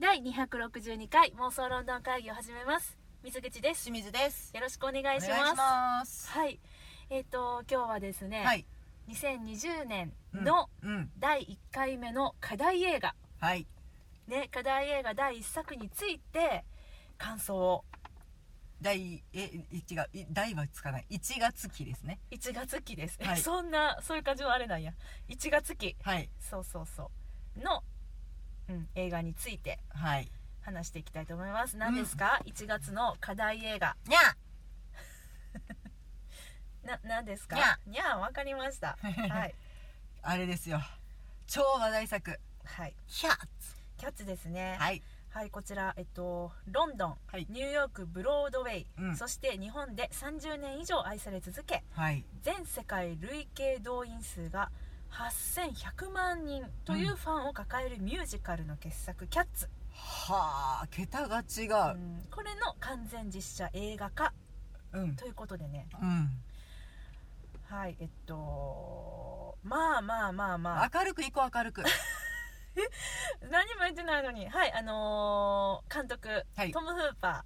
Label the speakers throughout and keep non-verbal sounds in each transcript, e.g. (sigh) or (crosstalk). Speaker 1: 第262回妄想ロンドン会議を始めます水口です
Speaker 2: 清水です。
Speaker 1: よろしくお願いし
Speaker 2: お願
Speaker 1: ま
Speaker 2: い
Speaker 1: す
Speaker 2: します。
Speaker 1: はいえっ、と今日はですね、
Speaker 2: はい。
Speaker 1: 2020年の
Speaker 2: うん。
Speaker 1: 第1回目の課題映画、
Speaker 2: はい。
Speaker 1: ね課題映画第1作について感想を
Speaker 2: 第え一がい第はつかない。一月期ですね。
Speaker 1: 1月期です、
Speaker 2: は
Speaker 1: (laughs)
Speaker 2: い
Speaker 1: そんなそういう感じのあれなんや1月期
Speaker 2: はい
Speaker 1: そうそうそうの、うん、映画について
Speaker 2: はい。
Speaker 1: 話していきたいと思います何ですか、1月の課題映画
Speaker 2: にゃ。
Speaker 1: な何ですか
Speaker 2: にゃ
Speaker 1: にゃんわかりました
Speaker 2: (laughs)
Speaker 1: はい
Speaker 2: あれですよ。超話題作。
Speaker 1: はい
Speaker 2: ひゃ。
Speaker 1: キャッチですねはい、
Speaker 2: はい。
Speaker 1: こちらえっとロンドン
Speaker 2: はい。
Speaker 1: ニューヨークブロードウェイ、
Speaker 2: うん
Speaker 1: そして日本で30年以上愛され続け
Speaker 2: はい。
Speaker 1: 全世界累計動員数が8100万人というファンを抱えるミュージカルの傑作「キャッツ」
Speaker 2: はあ。桁が違
Speaker 1: う
Speaker 2: う。
Speaker 1: んこれの完全実写映画化
Speaker 2: うん。
Speaker 1: ということでね
Speaker 2: うん。
Speaker 1: はいえっとまあまあまあまあ
Speaker 2: 明るく行こう明るく。
Speaker 1: 何も言ってないのにはいあのー監督、
Speaker 2: はい
Speaker 1: トム・フーパ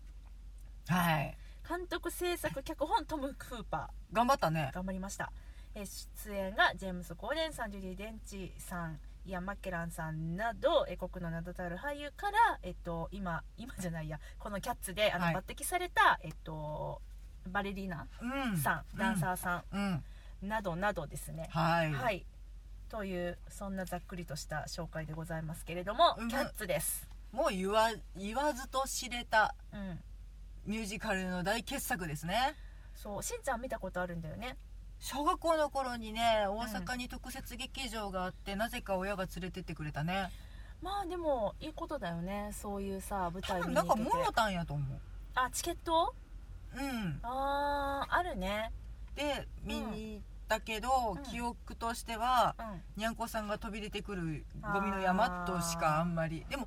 Speaker 2: はい。
Speaker 1: ー監督制作脚本トム・フーパ
Speaker 2: 頑張ったね
Speaker 1: ー。頑張りました、えー出演がジェームス・コーデンさんジュリー・デンチさんイアン・マッケランさんなど英国の名だたる俳優から、えっと、今今じゃないやこの「キャッツで」あの
Speaker 2: はい
Speaker 1: 抜擢された、えっと、バレリーナ
Speaker 2: うん。
Speaker 1: さん、ダンサーさ
Speaker 2: うん。うん。
Speaker 1: んなどなどですね、
Speaker 2: はい。
Speaker 1: はい、というそんなざっくりとした紹介でございますけれども「
Speaker 2: うん
Speaker 1: キャッツ」です、
Speaker 2: もう言わ言わずと知れた
Speaker 1: うん、
Speaker 2: ミュージカルの大傑作ですね。
Speaker 1: そうしんちゃん見たことあるんだよね
Speaker 2: 小学校の頃にね大阪に特設劇場があって、なぜか親が連れてってくれたね
Speaker 1: まあでもいいことだよねそういうさ舞
Speaker 2: 多
Speaker 1: 台見に
Speaker 2: 分な
Speaker 1: 行
Speaker 2: ん
Speaker 1: けて
Speaker 2: かもろたんやと思う
Speaker 1: あチケット
Speaker 2: うん
Speaker 1: あーあるね
Speaker 2: で見に行ったけど、
Speaker 1: うん
Speaker 2: 記憶としては
Speaker 1: うん
Speaker 2: にゃんこさんが飛び出てくるゴミの山としかあんまりでも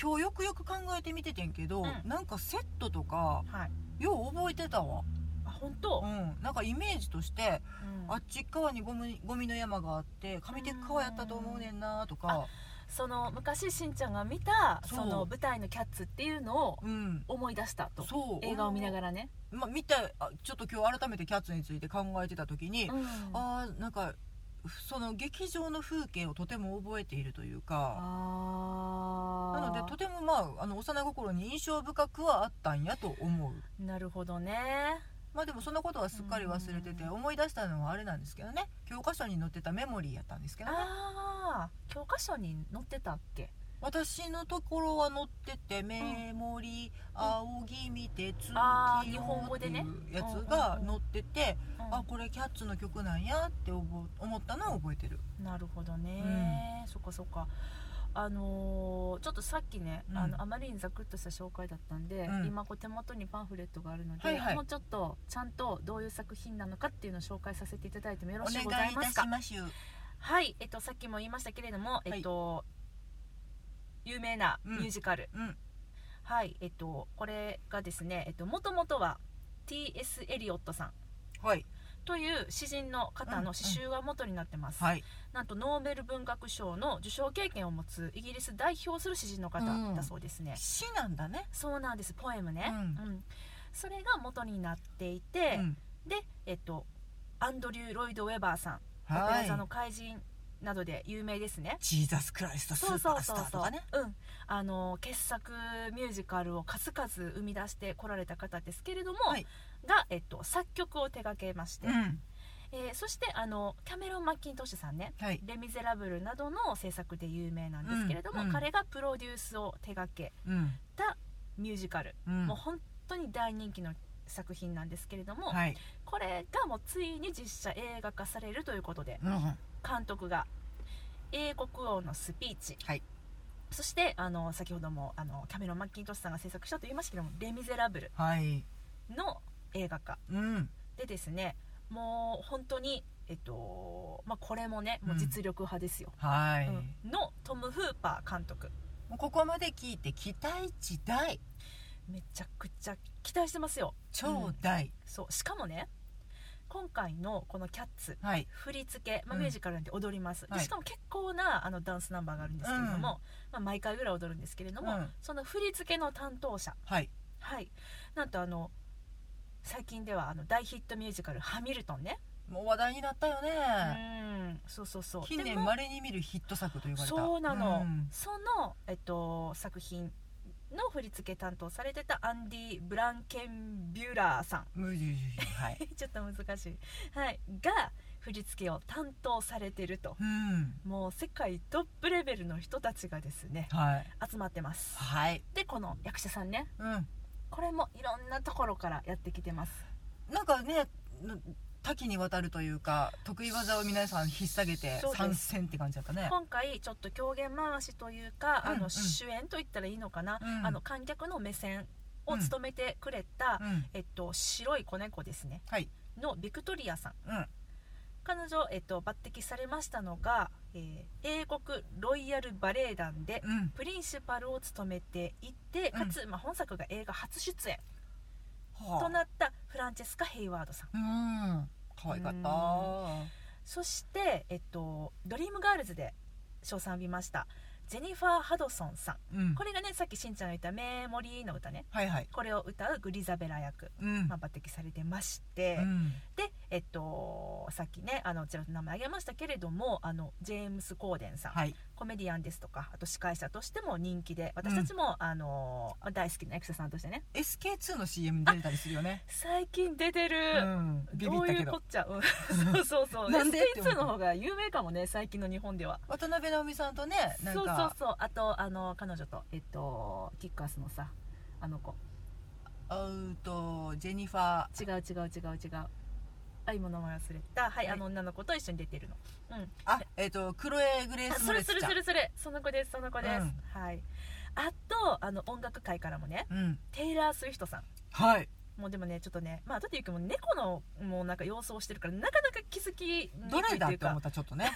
Speaker 2: 今日よくよく考えてみててんけど、
Speaker 1: うん
Speaker 2: なんかセットとか
Speaker 1: はい
Speaker 2: よう覚えてたわ
Speaker 1: あ本
Speaker 2: う
Speaker 1: 当、
Speaker 2: んなんかイメージとして
Speaker 1: うん
Speaker 2: あっち側にゴミゴミの山があって上手川やったと思うねんなとか
Speaker 1: その昔しんちゃんが見た
Speaker 2: そ
Speaker 1: そうの舞台の「キャッツ」っていうのを
Speaker 2: うん
Speaker 1: 思い出したと
Speaker 2: そう
Speaker 1: 映画を見ながらね、
Speaker 2: まあ、見てあちょっと今日改めてキャッツについて考えてた時に、
Speaker 1: うん
Speaker 2: あーなんかその劇場の風景をとても覚えているというか
Speaker 1: あー
Speaker 2: なのでとてもまああの幼心に印象深くはあったんやと思う
Speaker 1: なるほどね
Speaker 2: まあでもそんなことはすっかり忘れてて
Speaker 1: うん
Speaker 2: 思い出したのはあれなんですけどね教科書に載ってたメモリーやったんですけどね
Speaker 1: ああ教科書に載ってたっけ
Speaker 2: 私のところは載ってて「メモリー仰ぎ見て月
Speaker 1: あ
Speaker 2: を」
Speaker 1: ー日本語でね
Speaker 2: っていうやつが載ってて
Speaker 1: うん
Speaker 2: あこれキャッツの曲なんやって思思ったのを覚えてる
Speaker 1: なるほどね、そっかそっかあのーちょっとさっきね、
Speaker 2: うん
Speaker 1: あのあまりにざくっとした紹介だったんで、
Speaker 2: うん
Speaker 1: 今こう手元にパンフレットがあるので、
Speaker 2: はいはい
Speaker 1: もうちょっとちゃんとどういう作品なのかっていうのを紹介させていただいてもよ
Speaker 2: お
Speaker 1: ろし
Speaker 2: 願
Speaker 1: いござ
Speaker 2: い
Speaker 1: い
Speaker 2: い
Speaker 1: ま
Speaker 2: た
Speaker 1: す
Speaker 2: し
Speaker 1: か
Speaker 2: ます
Speaker 1: はい、えっと、さっきも言いましたけれども、えっと有名なミュージカル、
Speaker 2: うん
Speaker 1: はいえっとこれがですねえっともともとは T.S. エリオットさん
Speaker 2: はい
Speaker 1: という詩人の方の詩集が元になってます、
Speaker 2: はい
Speaker 1: なんとノーベル文学賞の受賞経験を持つイギリス代表する詩人の方
Speaker 2: うん
Speaker 1: だそうですね、
Speaker 2: 詩なんだね
Speaker 1: そうなんですポエムね、
Speaker 2: うん
Speaker 1: うんそれが元になっていて、
Speaker 2: うん
Speaker 1: でえっとアンドリュー・ロイド・ウェバーさん「オペ
Speaker 2: は
Speaker 1: ラ座の
Speaker 2: い
Speaker 1: 怪人」などで有名ですね
Speaker 2: ジーザスクライストス
Speaker 1: そう
Speaker 2: ー
Speaker 1: そ
Speaker 2: パ
Speaker 1: う
Speaker 2: ース
Speaker 1: そ
Speaker 2: タ
Speaker 1: う
Speaker 2: ー
Speaker 1: そ
Speaker 2: と
Speaker 1: う
Speaker 2: かね、
Speaker 1: うん、あの傑作ミュージカルを数々生み出してこられた方ですけれども、
Speaker 2: はい
Speaker 1: が、えっと、作曲を手掛けまして、
Speaker 2: ん
Speaker 1: えーそしてあのキャメロン・マッキントッシュさんね
Speaker 2: はい
Speaker 1: 「レ・ミゼラブル」などの制作で有名なんですけれども、
Speaker 2: うんうん
Speaker 1: 彼がプロデュースを手掛け
Speaker 2: うん
Speaker 1: たミュージカル、
Speaker 2: うん
Speaker 1: もう本当に大人気の作品なんですけれども、
Speaker 2: はい
Speaker 1: これがもうついに実写映画化されるということで
Speaker 2: うんは
Speaker 1: 監督が英国王のスピーチ、
Speaker 2: はい
Speaker 1: そしてあの先ほどもあのキャメロン・マッキントッシュさんが制作したと言いましたけども「レ・ミゼラブル
Speaker 2: い」
Speaker 1: の映画化
Speaker 2: うん
Speaker 1: でですねもう本当にえっとまあこれもねもう実力派ですよ、
Speaker 2: はい、も
Speaker 1: うんのトム・フーパー監督
Speaker 2: うここまで聞いて期待値大
Speaker 1: めちゃくちゃ期待してますよ
Speaker 2: 超大、
Speaker 1: そうしかもね今回のこの「キャッツ」
Speaker 2: はい
Speaker 1: 振り付け、まあ、
Speaker 2: うん
Speaker 1: ミュージカルなんで踊ります、で
Speaker 2: はい
Speaker 1: しかも結構なあのダンスナンバーがあるんですけれども、まあ、毎回ぐらい踊るんですけれども、
Speaker 2: うん
Speaker 1: その振り付けの担当者
Speaker 2: はい
Speaker 1: はいなんとあの最近ではあの大ヒットミュージカル「ハミルトンね」
Speaker 2: もう話題になったよね
Speaker 1: うんそうそうそう
Speaker 2: 近
Speaker 1: で
Speaker 2: 年
Speaker 1: も
Speaker 2: まれに見るヒット作と呼ばれた
Speaker 1: そうなの、
Speaker 2: ん
Speaker 1: その、えっと、作品の振り付け担当されてたアンディ・ブランケンビューラーさん
Speaker 2: むじゅじゅじゅはい
Speaker 1: (laughs) ちょっと難しい、はい、が振り付けを担当されてると
Speaker 2: うん
Speaker 1: もう世界トップレベルの人たちがですね
Speaker 2: はい
Speaker 1: 集まってます
Speaker 2: はい
Speaker 1: でこの役者さんね
Speaker 2: うん
Speaker 1: これもいろんなところからやってきてます
Speaker 2: なんかねな多岐にわたるというか得意技を皆さん引っ提げて
Speaker 1: そうです
Speaker 2: 参戦って感じだったね
Speaker 1: 今回ちょっと狂言回しというか、
Speaker 2: うん
Speaker 1: あ
Speaker 2: う
Speaker 1: の
Speaker 2: ん
Speaker 1: 主演と言ったらいいのかな、
Speaker 2: うん
Speaker 1: あの観客の目線を務めてくれた、
Speaker 2: うん
Speaker 1: えっと、白い子猫ですね
Speaker 2: はい
Speaker 1: のビクトリアさん
Speaker 2: うん
Speaker 1: 彼女、えっと、抜擢されましたのが、えー英国ロイヤルバレエ団で
Speaker 2: うん
Speaker 1: プリンシパルを務めていてかつ、まあ、本作が映画初出演
Speaker 2: はあ
Speaker 1: となったフランチェスカ・ヘイワードさん
Speaker 2: うん可愛かった
Speaker 1: そして、えっと、ドリームガールズで賞賛を浴びましたジェニファー・ハドソンさん
Speaker 2: うん
Speaker 1: これがねさっきしんちゃんが言った「メモリー」の歌ね
Speaker 2: はいはい
Speaker 1: これを歌うグリザベラ役、
Speaker 2: うん
Speaker 1: まあ、抜擢されてまして、
Speaker 2: うん
Speaker 1: で、えっと、さっきねあのちらっと名前挙げましたけれどもあのジェームス・コーデンさん、
Speaker 2: はい
Speaker 1: コメディアンですとかあと司会者としても人気で私たちも、あのまあ大好きな役者さんとしてね
Speaker 2: SK2 の CM 出れたりするよね
Speaker 1: 最近出てる、
Speaker 2: うんビビ
Speaker 1: ど
Speaker 2: っ
Speaker 1: う
Speaker 2: た
Speaker 1: い
Speaker 2: け
Speaker 1: うこ
Speaker 2: ど
Speaker 1: っちゃ、
Speaker 2: (laughs)
Speaker 1: うん、そうそうそう
Speaker 2: なんでって思
Speaker 1: SK2
Speaker 2: った
Speaker 1: の方が有名かもね最近の日本では
Speaker 2: 渡辺直美さんとねなん
Speaker 1: そうそう
Speaker 2: か
Speaker 1: そうあとあの彼女とえっとキックアスのさあの子
Speaker 2: うとジェニファー
Speaker 1: 違う違う違う違うあ今名前忘れたはい、
Speaker 2: はい
Speaker 1: あの女の子と一緒に出てるのうん
Speaker 2: あえっとクロエ・グレー
Speaker 1: あ
Speaker 2: ス・
Speaker 1: そ
Speaker 2: モレ
Speaker 1: れ
Speaker 2: スち
Speaker 1: そ
Speaker 2: ゃ
Speaker 1: れそ
Speaker 2: ん
Speaker 1: れそれその子ですその子です、
Speaker 2: う
Speaker 1: はいあとあの音楽界からもね
Speaker 2: うん
Speaker 1: テイラー・スウィフトさん
Speaker 2: はい
Speaker 1: もうでもねちょっとねまあ後でゆうくんも猫のもうなんか様子をしてるからなかなか気づきにくい
Speaker 2: どれだ
Speaker 1: とい
Speaker 2: っ
Speaker 1: う
Speaker 2: て思
Speaker 1: か
Speaker 2: ったちょっとね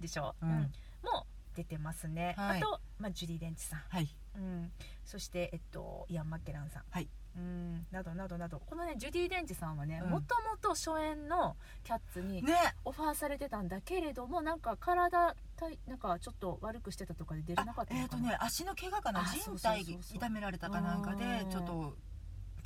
Speaker 1: でしょ
Speaker 2: う
Speaker 1: う、
Speaker 2: ん
Speaker 1: んもう出てますね、
Speaker 2: はい
Speaker 1: あと、まあ、ジュディ・デンチさん (laughs)
Speaker 2: はい
Speaker 1: うん、そして、えっと、イアン・マッケランさん、
Speaker 2: はい
Speaker 1: うんなどなどなどこのねジュディ・デンチさんはね
Speaker 2: うん
Speaker 1: もともと初演のキャッツに
Speaker 2: ね
Speaker 1: オファーされてたんだけれどもなんか体体なんかちょっと悪くしてたとかで出れなか
Speaker 2: あ
Speaker 1: った
Speaker 2: え
Speaker 1: の
Speaker 2: っと
Speaker 1: かな、
Speaker 2: ね足の怪我かな
Speaker 1: あ
Speaker 2: 靭
Speaker 1: そうそ
Speaker 2: 帯
Speaker 1: うそうそう
Speaker 2: 痛められたかなんかで
Speaker 1: うん
Speaker 2: ちょっと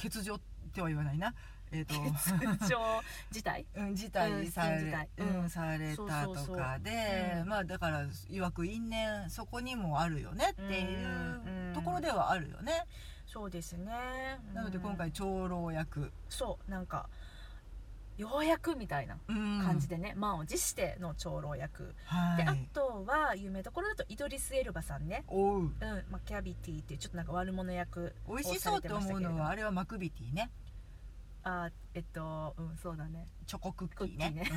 Speaker 2: 欠場っては言わないなえっと
Speaker 1: 不調自体
Speaker 2: (laughs) うん、辞退さ
Speaker 1: うん辞
Speaker 2: れ
Speaker 1: 退,、
Speaker 2: う
Speaker 1: うんん
Speaker 2: されたと
Speaker 1: そうそうそう
Speaker 2: かで
Speaker 1: うん
Speaker 2: まあだからいわく因縁そこにもあるよねっていううんところではあるよね、
Speaker 1: そうですね
Speaker 2: なので
Speaker 1: うん
Speaker 2: 今回長老役、
Speaker 1: そうなんかようやくみたいな感じ
Speaker 2: で、
Speaker 1: でね、満を持しての長老役、
Speaker 2: は
Speaker 1: であ
Speaker 2: い、
Speaker 1: とは有名どころだとイドリス・エルバさんね
Speaker 2: おう
Speaker 1: うん、マキャビティっていうちょっとなんか悪者役
Speaker 2: 美味しそうって思うのはあれはマクビティね
Speaker 1: あーえっとうんそうだね
Speaker 2: チョコクッキーね
Speaker 1: ク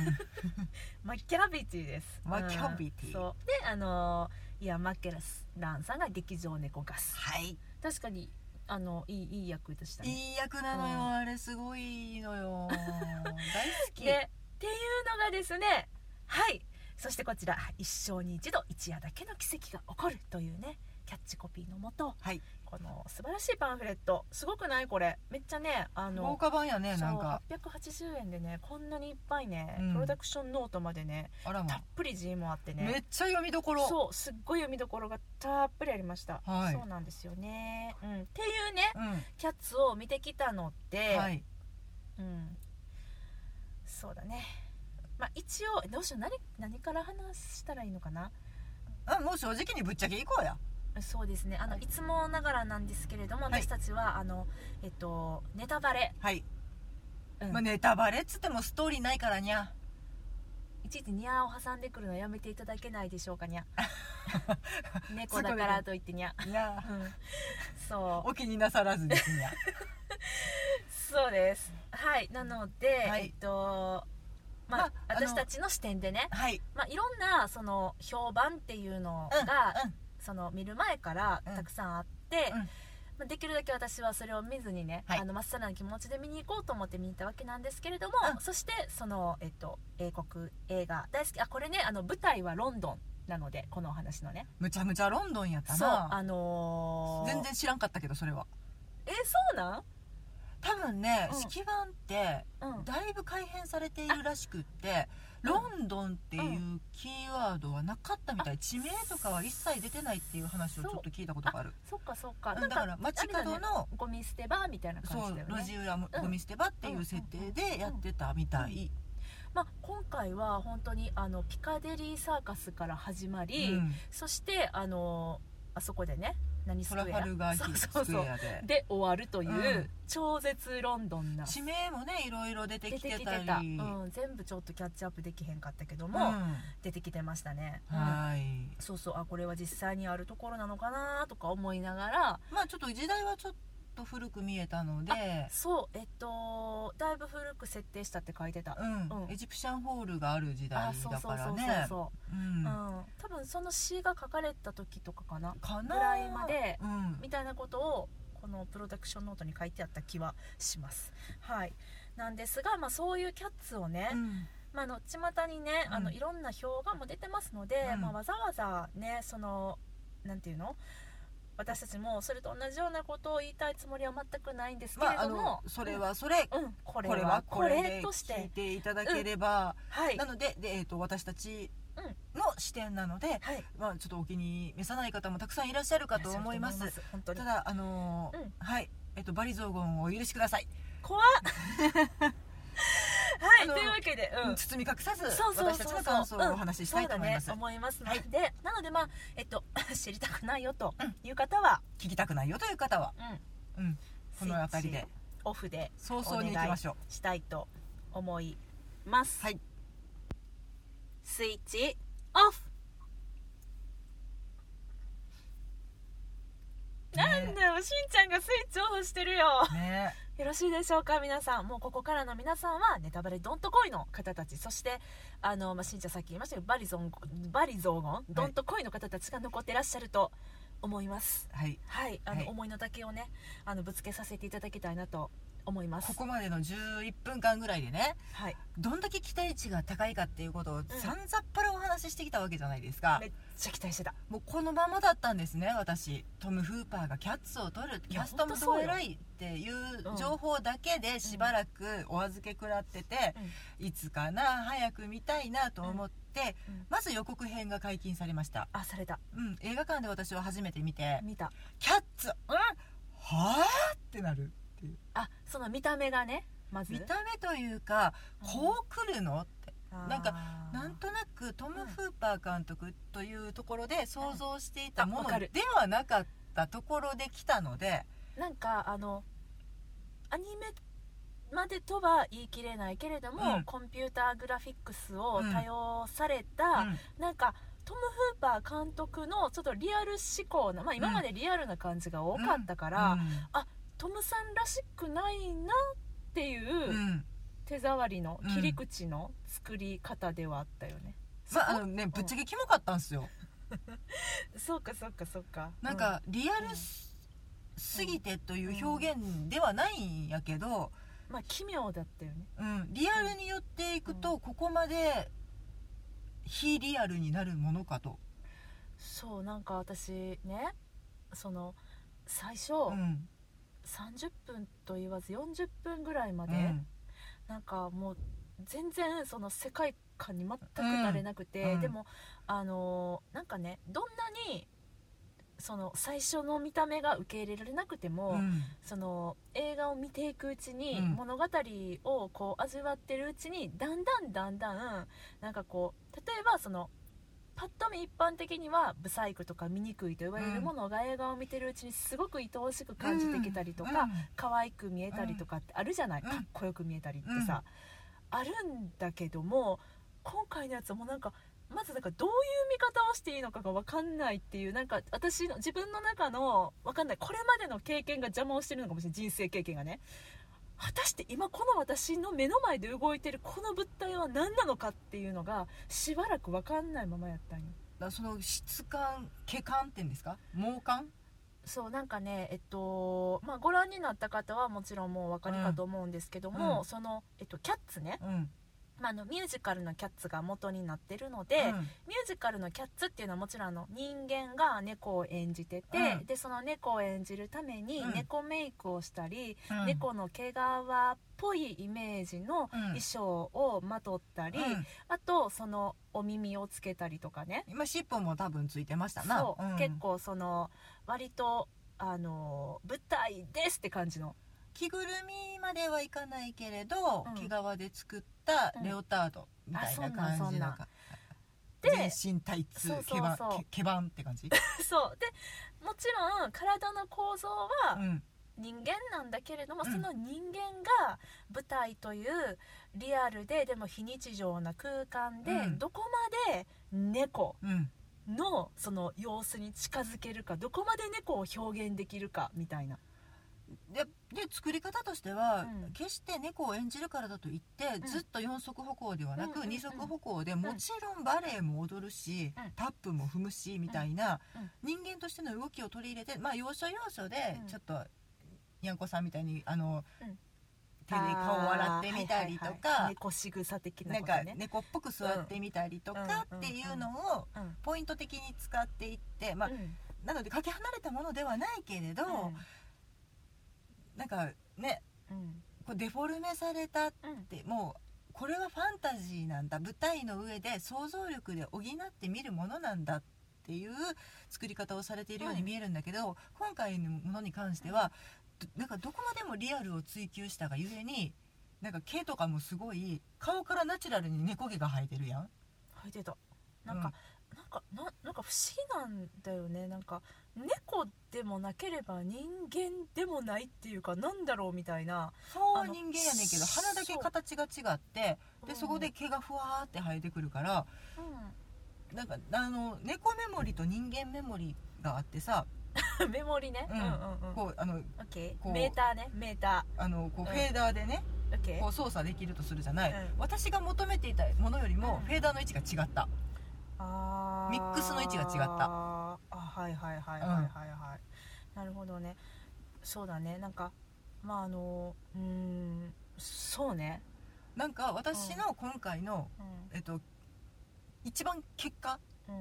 Speaker 1: ッキマキャビティです
Speaker 2: マキャビティ
Speaker 1: うんそうであのーいやマッケラスランさんが劇場猫ガス
Speaker 2: はい
Speaker 1: 確かにあのいいいい役でしたね
Speaker 2: いい役なのよ、
Speaker 1: うん
Speaker 2: あれすごいの (laughs) よ大好き
Speaker 1: でっていうのがですねはいそしてこちら一生に一度一夜だけの奇跡が起こるというねキャッチコピーのもと、
Speaker 2: はい
Speaker 1: この素晴らしいパンフレットすごくないこれめっちゃねあの
Speaker 2: 豪華版やね
Speaker 1: そう
Speaker 2: なんか
Speaker 1: 880円でねこんなにいっぱいね、
Speaker 2: うん
Speaker 1: プロダクションノートまでね
Speaker 2: あらま
Speaker 1: たっぷり字もあってね
Speaker 2: めっちゃ読みどころ
Speaker 1: そうすっごい読みどころがたっぷりありました、
Speaker 2: はい
Speaker 1: そうなんですよね、うん、っていうね
Speaker 2: う
Speaker 1: キャッツを見てきたので、
Speaker 2: ん、はい
Speaker 1: うん、そうだねまあ一応どうしよう何何から話したらいいのかな
Speaker 2: うん、もう正直にぶっちゃけいこうや
Speaker 1: そうですねあの、い、つもながらなんですけれども
Speaker 2: はい
Speaker 1: 私たちは、あのえっとネタバレ、
Speaker 2: はい、
Speaker 1: うん
Speaker 2: まあ、ネタバレっつってもストーリーないからにゃ
Speaker 1: いちいちニャーを挟んでくるのやめていただけないでしょうかに
Speaker 2: (laughs)
Speaker 1: ゃ猫だからといってにゃ
Speaker 2: にゃ
Speaker 1: うんそう
Speaker 2: お気になさらずににゃ
Speaker 1: そうですはいなので、
Speaker 2: はい
Speaker 1: えっとまあ、
Speaker 2: まああの
Speaker 1: 私たちの視点でね
Speaker 2: (laughs) はい
Speaker 1: まあ、いろんなその評判っていうの
Speaker 2: うん
Speaker 1: が、
Speaker 2: うん
Speaker 1: その見る前から
Speaker 2: うん
Speaker 1: たくさんあって、
Speaker 2: うん
Speaker 1: まあ、できるだけ私はそれを見ずにね、
Speaker 2: はい
Speaker 1: あのまっさらな気持ちで見に行こうと思って見に行ったわけなんですけれども、
Speaker 2: うん
Speaker 1: そしてその、えっと、英国映画大好きあこれねあの舞台はロンドンなのでこのお話のね
Speaker 2: むちゃむちゃロンドンやった
Speaker 1: そう
Speaker 2: な
Speaker 1: あのー
Speaker 2: 全然知らんかったけどそれは
Speaker 1: えそうなん
Speaker 2: 多分ね、
Speaker 1: うん
Speaker 2: 式版って
Speaker 1: うん
Speaker 2: だいぶ改変されているらしくってロンドンっていうキーワードはなかったみたい、地名とかは一切出てないっていう話をちょっと聞いたことがある
Speaker 1: そっかそっか
Speaker 2: うんだから街角
Speaker 1: あれだね
Speaker 2: の、
Speaker 1: ゴミ捨て場みたいな
Speaker 2: そ
Speaker 1: 感
Speaker 2: う
Speaker 1: じだよ
Speaker 2: 路
Speaker 1: ね
Speaker 2: 地裏も
Speaker 1: うん
Speaker 2: ゴミ捨て場っていう設定でやってたみたい、
Speaker 1: まあ、今回は本当にあのピカデリーサーカスから始まり、
Speaker 2: うん
Speaker 1: そしてあのあそこでね何ス
Speaker 2: ト
Speaker 1: クエア
Speaker 2: ラファルガーヒルス
Speaker 1: そう
Speaker 2: ク
Speaker 1: そう
Speaker 2: エ
Speaker 1: そう
Speaker 2: アで
Speaker 1: で終わるという、
Speaker 2: うん
Speaker 1: 超絶ロンドンな
Speaker 2: 地名もねいろいろ出て
Speaker 1: 出
Speaker 2: き
Speaker 1: て
Speaker 2: て
Speaker 1: きて
Speaker 2: たり
Speaker 1: た、うん、全部ちょっとキャッチアップできへんかったけど
Speaker 2: う
Speaker 1: も、
Speaker 2: ん
Speaker 1: 出てきてましたね、うん
Speaker 2: はい
Speaker 1: そうそうあこれは実際にあるところなのかなとか思いながら
Speaker 2: まあちょっと時代はちょっと古く見えたので
Speaker 1: そうえっとだいぶ古く設定したって書いてた、
Speaker 2: うん
Speaker 1: うん
Speaker 2: エジプシャンホールがある時代
Speaker 1: あそう
Speaker 2: だ
Speaker 1: そう
Speaker 2: か
Speaker 1: そうそ
Speaker 2: ら
Speaker 1: う
Speaker 2: ね
Speaker 1: そうう、
Speaker 2: ん
Speaker 1: うん、多分その詩が書かれた時とかかな
Speaker 2: か
Speaker 1: ぐ
Speaker 2: な
Speaker 1: らいまで
Speaker 2: うん
Speaker 1: みたいなことをこのプロダクションノートに書いてあった気はします。はい、なんですが、まあ、そういうキャッツをね、
Speaker 2: うん
Speaker 1: まあ、あの巷にね、
Speaker 2: うん
Speaker 1: あのいろんな評価も出てますので、
Speaker 2: うん
Speaker 1: まあ、わざわざねそのなんていうの私たちもそれと同じようなことを言いたいつもりは全くないんですけれ
Speaker 2: まああ
Speaker 1: ども、
Speaker 2: のそれはそれ
Speaker 1: うん、うんこれ
Speaker 2: これ
Speaker 1: は
Speaker 2: は
Speaker 1: こ
Speaker 2: これ
Speaker 1: れ
Speaker 2: で
Speaker 1: とし
Speaker 2: 聞い
Speaker 1: て、
Speaker 2: ていただければ
Speaker 1: はい
Speaker 2: なのででえっと私たち
Speaker 1: うん
Speaker 2: の視点なので
Speaker 1: はい、
Speaker 2: まあちょっとお気に召さない方もたくさんいらっしゃるかと思います
Speaker 1: 本当に
Speaker 2: ただあのー
Speaker 1: うん
Speaker 2: はいえっとバリ雑言をお許しください、
Speaker 1: 怖っはい
Speaker 2: あの
Speaker 1: というわけで、うん、
Speaker 2: 包み隠さず
Speaker 1: そうそうそうそう
Speaker 2: 私たちの感想をお話ししたいと思いま
Speaker 1: そ
Speaker 2: す、
Speaker 1: うだね思います
Speaker 2: はい
Speaker 1: でなのでまあえっと (laughs) 知りたくないよと
Speaker 2: うん
Speaker 1: いう方は、
Speaker 2: 聞きたくないよという方は、
Speaker 1: う
Speaker 2: うん、この辺り
Speaker 1: スイ
Speaker 2: で
Speaker 1: ッチオフで
Speaker 2: 早々に行きましょう
Speaker 1: したいと思います
Speaker 2: はい
Speaker 1: スイッチオフなんだよしんちゃんがスイッチオフしてるよ
Speaker 2: ね
Speaker 1: よろしいでしょうか皆さんもうここからの皆さんはネタバレドンと来いの方たちそしてあの、まあ、しんちゃんさっき言いましたけどバリゾンバリゾーゴンドンと来いの方たちが残ってらっしゃると思います
Speaker 2: はい
Speaker 1: はいあの、
Speaker 2: はい
Speaker 1: 思いの丈をねあのぶつけさせていただきたいなと思います
Speaker 2: ここまでの11分間ぐらいでね
Speaker 1: はい、
Speaker 2: どんだけ期待値が高いかっていうことをさんざっぱらお話ししてきたわけじゃないですか
Speaker 1: め、っちゃ期待してた
Speaker 2: もうこのままだったんですね私トム・フーパーがキャッツを取るキ
Speaker 1: いや
Speaker 2: ャスト
Speaker 1: ほ
Speaker 2: も
Speaker 1: んとそう
Speaker 2: ど
Speaker 1: よ
Speaker 2: えらいっていう情報だけでしばらくお預け食らってて、いつかな早く見たいなと思って、
Speaker 1: うんうん
Speaker 2: まず予告編が解禁されました、
Speaker 1: あされた
Speaker 2: うん、映画館で私は初めて見て
Speaker 1: 見た
Speaker 2: 「キャッツうんはあ?」ってなるっていう
Speaker 1: あその見た目がねまず
Speaker 2: 見た目というかこう来るのってなんか
Speaker 1: あー
Speaker 2: なんとなくト
Speaker 1: うん
Speaker 2: ム・フーパー監督というところで想像していた
Speaker 1: うんあ
Speaker 2: もの
Speaker 1: わかる
Speaker 2: ではなかったところで来たので
Speaker 1: なんかあのアニメまでとは言い切れないけれども、
Speaker 2: うん
Speaker 1: コンピューターグラフィックスを
Speaker 2: うん
Speaker 1: 多用され
Speaker 2: う
Speaker 1: た、
Speaker 2: ん
Speaker 1: なんかトム・フーパー監督のちょっとリアル思考な、まあ、今までリアルな感じが多かったから、トムさんらしくないなっていううん手触りの
Speaker 2: うん
Speaker 1: 切り口の作り方ではあったよね、
Speaker 2: まああのねぶっちゃけキモかったんですよ
Speaker 1: そうかそうかそうか
Speaker 2: なんかリアルすすぎてという表現ではないんやけど
Speaker 1: うんまあ奇妙だったよね
Speaker 2: うんリアルによっていくとここまで非リアルになるものかと
Speaker 1: そうなんか私ねその最初、
Speaker 2: うん
Speaker 1: 30分と言わず40分ぐらいまで、
Speaker 2: うん
Speaker 1: なんかもう全然その世界観に全く足れなくて、
Speaker 2: うんうん
Speaker 1: でもあのーなんかねどんなにその最初の見た目が受け入れられなくても、
Speaker 2: うん
Speaker 1: その映画を見ていくうちに、
Speaker 2: うん
Speaker 1: 物語をこう味わってるうちにだんだんだんだんなんかこう例えばそのパッと見一般的にはブサイクとか醜いと言われるものが映画を見てるうちにすごく愛おしく感じてきたりとか、可愛く見えたりとかってあるじゃない、
Speaker 2: うん
Speaker 1: かっこよく見えたりってさ、あるんだけども今回のやつはもうなんかまずなんかどういう見方をしていいのかが分かんないっていうなんか私の自分の中の分かんないこれまでの経験が邪魔をしてるのかもしれない人生経験がね果たして今この私の目の前で動いてるこの物体は何なのかっていうのがしばらく分かんないままやったんよ
Speaker 2: だからその質感毛感っていうんですか毛感
Speaker 1: そうなんかねえっとまあご覧になった方はもちろんもうお分かりかと思うんですけども、
Speaker 2: うん
Speaker 1: その、えっと、キャッツね
Speaker 2: うん
Speaker 1: まあ、あのミュージカルの「キャッツ」が元になってるので、ミュージカルの「キャッツ」っていうのはもちろんあの人間が猫を演じてて、
Speaker 2: うん
Speaker 1: でその猫を演じるために
Speaker 2: うん
Speaker 1: 猫メイクをしたり、
Speaker 2: うん
Speaker 1: 猫の毛皮っぽいイメージの
Speaker 2: うん
Speaker 1: 衣装をまとったり、
Speaker 2: うん
Speaker 1: あとそのお耳をつけたりとかね、
Speaker 2: 今尻尾も多分ついてましたな
Speaker 1: そう、
Speaker 2: ん
Speaker 1: 結構その割とあの舞台ですって感じの
Speaker 2: 着ぐるみまではいかないけれど、
Speaker 1: うん
Speaker 2: 毛皮で作ったレオタードみたいな
Speaker 1: あそ
Speaker 2: 感
Speaker 1: んなんそ
Speaker 2: じ
Speaker 1: ん
Speaker 2: の
Speaker 1: なん
Speaker 2: か
Speaker 1: で
Speaker 2: 全身タイツ
Speaker 1: そうそうそう
Speaker 2: 毛板毛毛板って感じ、
Speaker 1: そうでもちろん体の構造は
Speaker 2: うん
Speaker 1: 人間なんだけれども、
Speaker 2: うん
Speaker 1: その人間が舞台というリアルででも非日常な空間で、
Speaker 2: うん
Speaker 1: どこまで猫
Speaker 2: うん、
Speaker 1: のその様子に近づけるかどこまで猫を表現できるかみたいな
Speaker 2: でで作り方としては、
Speaker 1: うん
Speaker 2: 決して猫を演じるからだといって、
Speaker 1: ん
Speaker 2: ずっと4足歩行ではな
Speaker 1: うんうん
Speaker 2: く、
Speaker 1: うん
Speaker 2: 二足歩行でもちろんバレエも踊るし、
Speaker 1: うん
Speaker 2: タップも踏むしみたいな、
Speaker 1: うんうん
Speaker 2: 人間としての動きを取り入れて、まあ、要所要所で
Speaker 1: うん
Speaker 2: ちょっとにゃんこさんみたいにあの、
Speaker 1: うん
Speaker 2: 手で顔を洗ってみたりとか。
Speaker 1: あーはいはいはい猫仕草的な
Speaker 2: なん
Speaker 1: こと
Speaker 2: か
Speaker 1: ね
Speaker 2: 猫っぽく座ってみたりとか
Speaker 1: うん
Speaker 2: っていうのを
Speaker 1: うん
Speaker 2: ポイント的に使っていって、まあ
Speaker 1: う、ん
Speaker 2: なのでかけ離れたものではないけれど、なんかね
Speaker 1: うん
Speaker 2: こうデフォルメされたっ
Speaker 1: うん
Speaker 2: てもうこれはファンタジーなんだ舞台の上で想像力で補って見るものなんだっていう作り方をされているように
Speaker 1: うん
Speaker 2: 見えるんだけど、今回のものに関してはどなんかどこまでもリアルを追求したがゆえになんか毛とかもすごい顔からナチュラルに猫毛が生えてるやん。
Speaker 1: 吐いてたなんか、なんかななんか不思議なんだよねなんか猫でもなければ人間でもないっていうかなんだろうみたいな
Speaker 2: 顔は
Speaker 1: あの
Speaker 2: 人間やねんけど
Speaker 1: そう
Speaker 2: 鼻だけ形が違って
Speaker 1: う
Speaker 2: で
Speaker 1: ん
Speaker 2: そこで毛がふわーって生えてくるからなんかあの猫メモリと人間メモリがあってさ
Speaker 1: うん (laughs) メモリね、
Speaker 2: う
Speaker 1: うんん、うんうんオ
Speaker 2: こうあの
Speaker 1: ッケ
Speaker 2: こ
Speaker 1: ー
Speaker 2: う
Speaker 1: メーターねメータ
Speaker 2: あのこ
Speaker 1: う
Speaker 2: う
Speaker 1: ん
Speaker 2: フェーダーでね
Speaker 1: ーオッケ
Speaker 2: こ
Speaker 1: ー
Speaker 2: う操作できるとするじゃない
Speaker 1: うん
Speaker 2: 私が求めていたものよりも
Speaker 1: うん
Speaker 2: フェーダーの位置が違った
Speaker 1: あー
Speaker 2: ミックスの位置が違った
Speaker 1: あはいはいはいはいはいはい、なるほどねそうだねなんかまああのうーんそうね、
Speaker 2: なんか私の今回の
Speaker 1: う
Speaker 2: えっと一番結果
Speaker 1: んうん、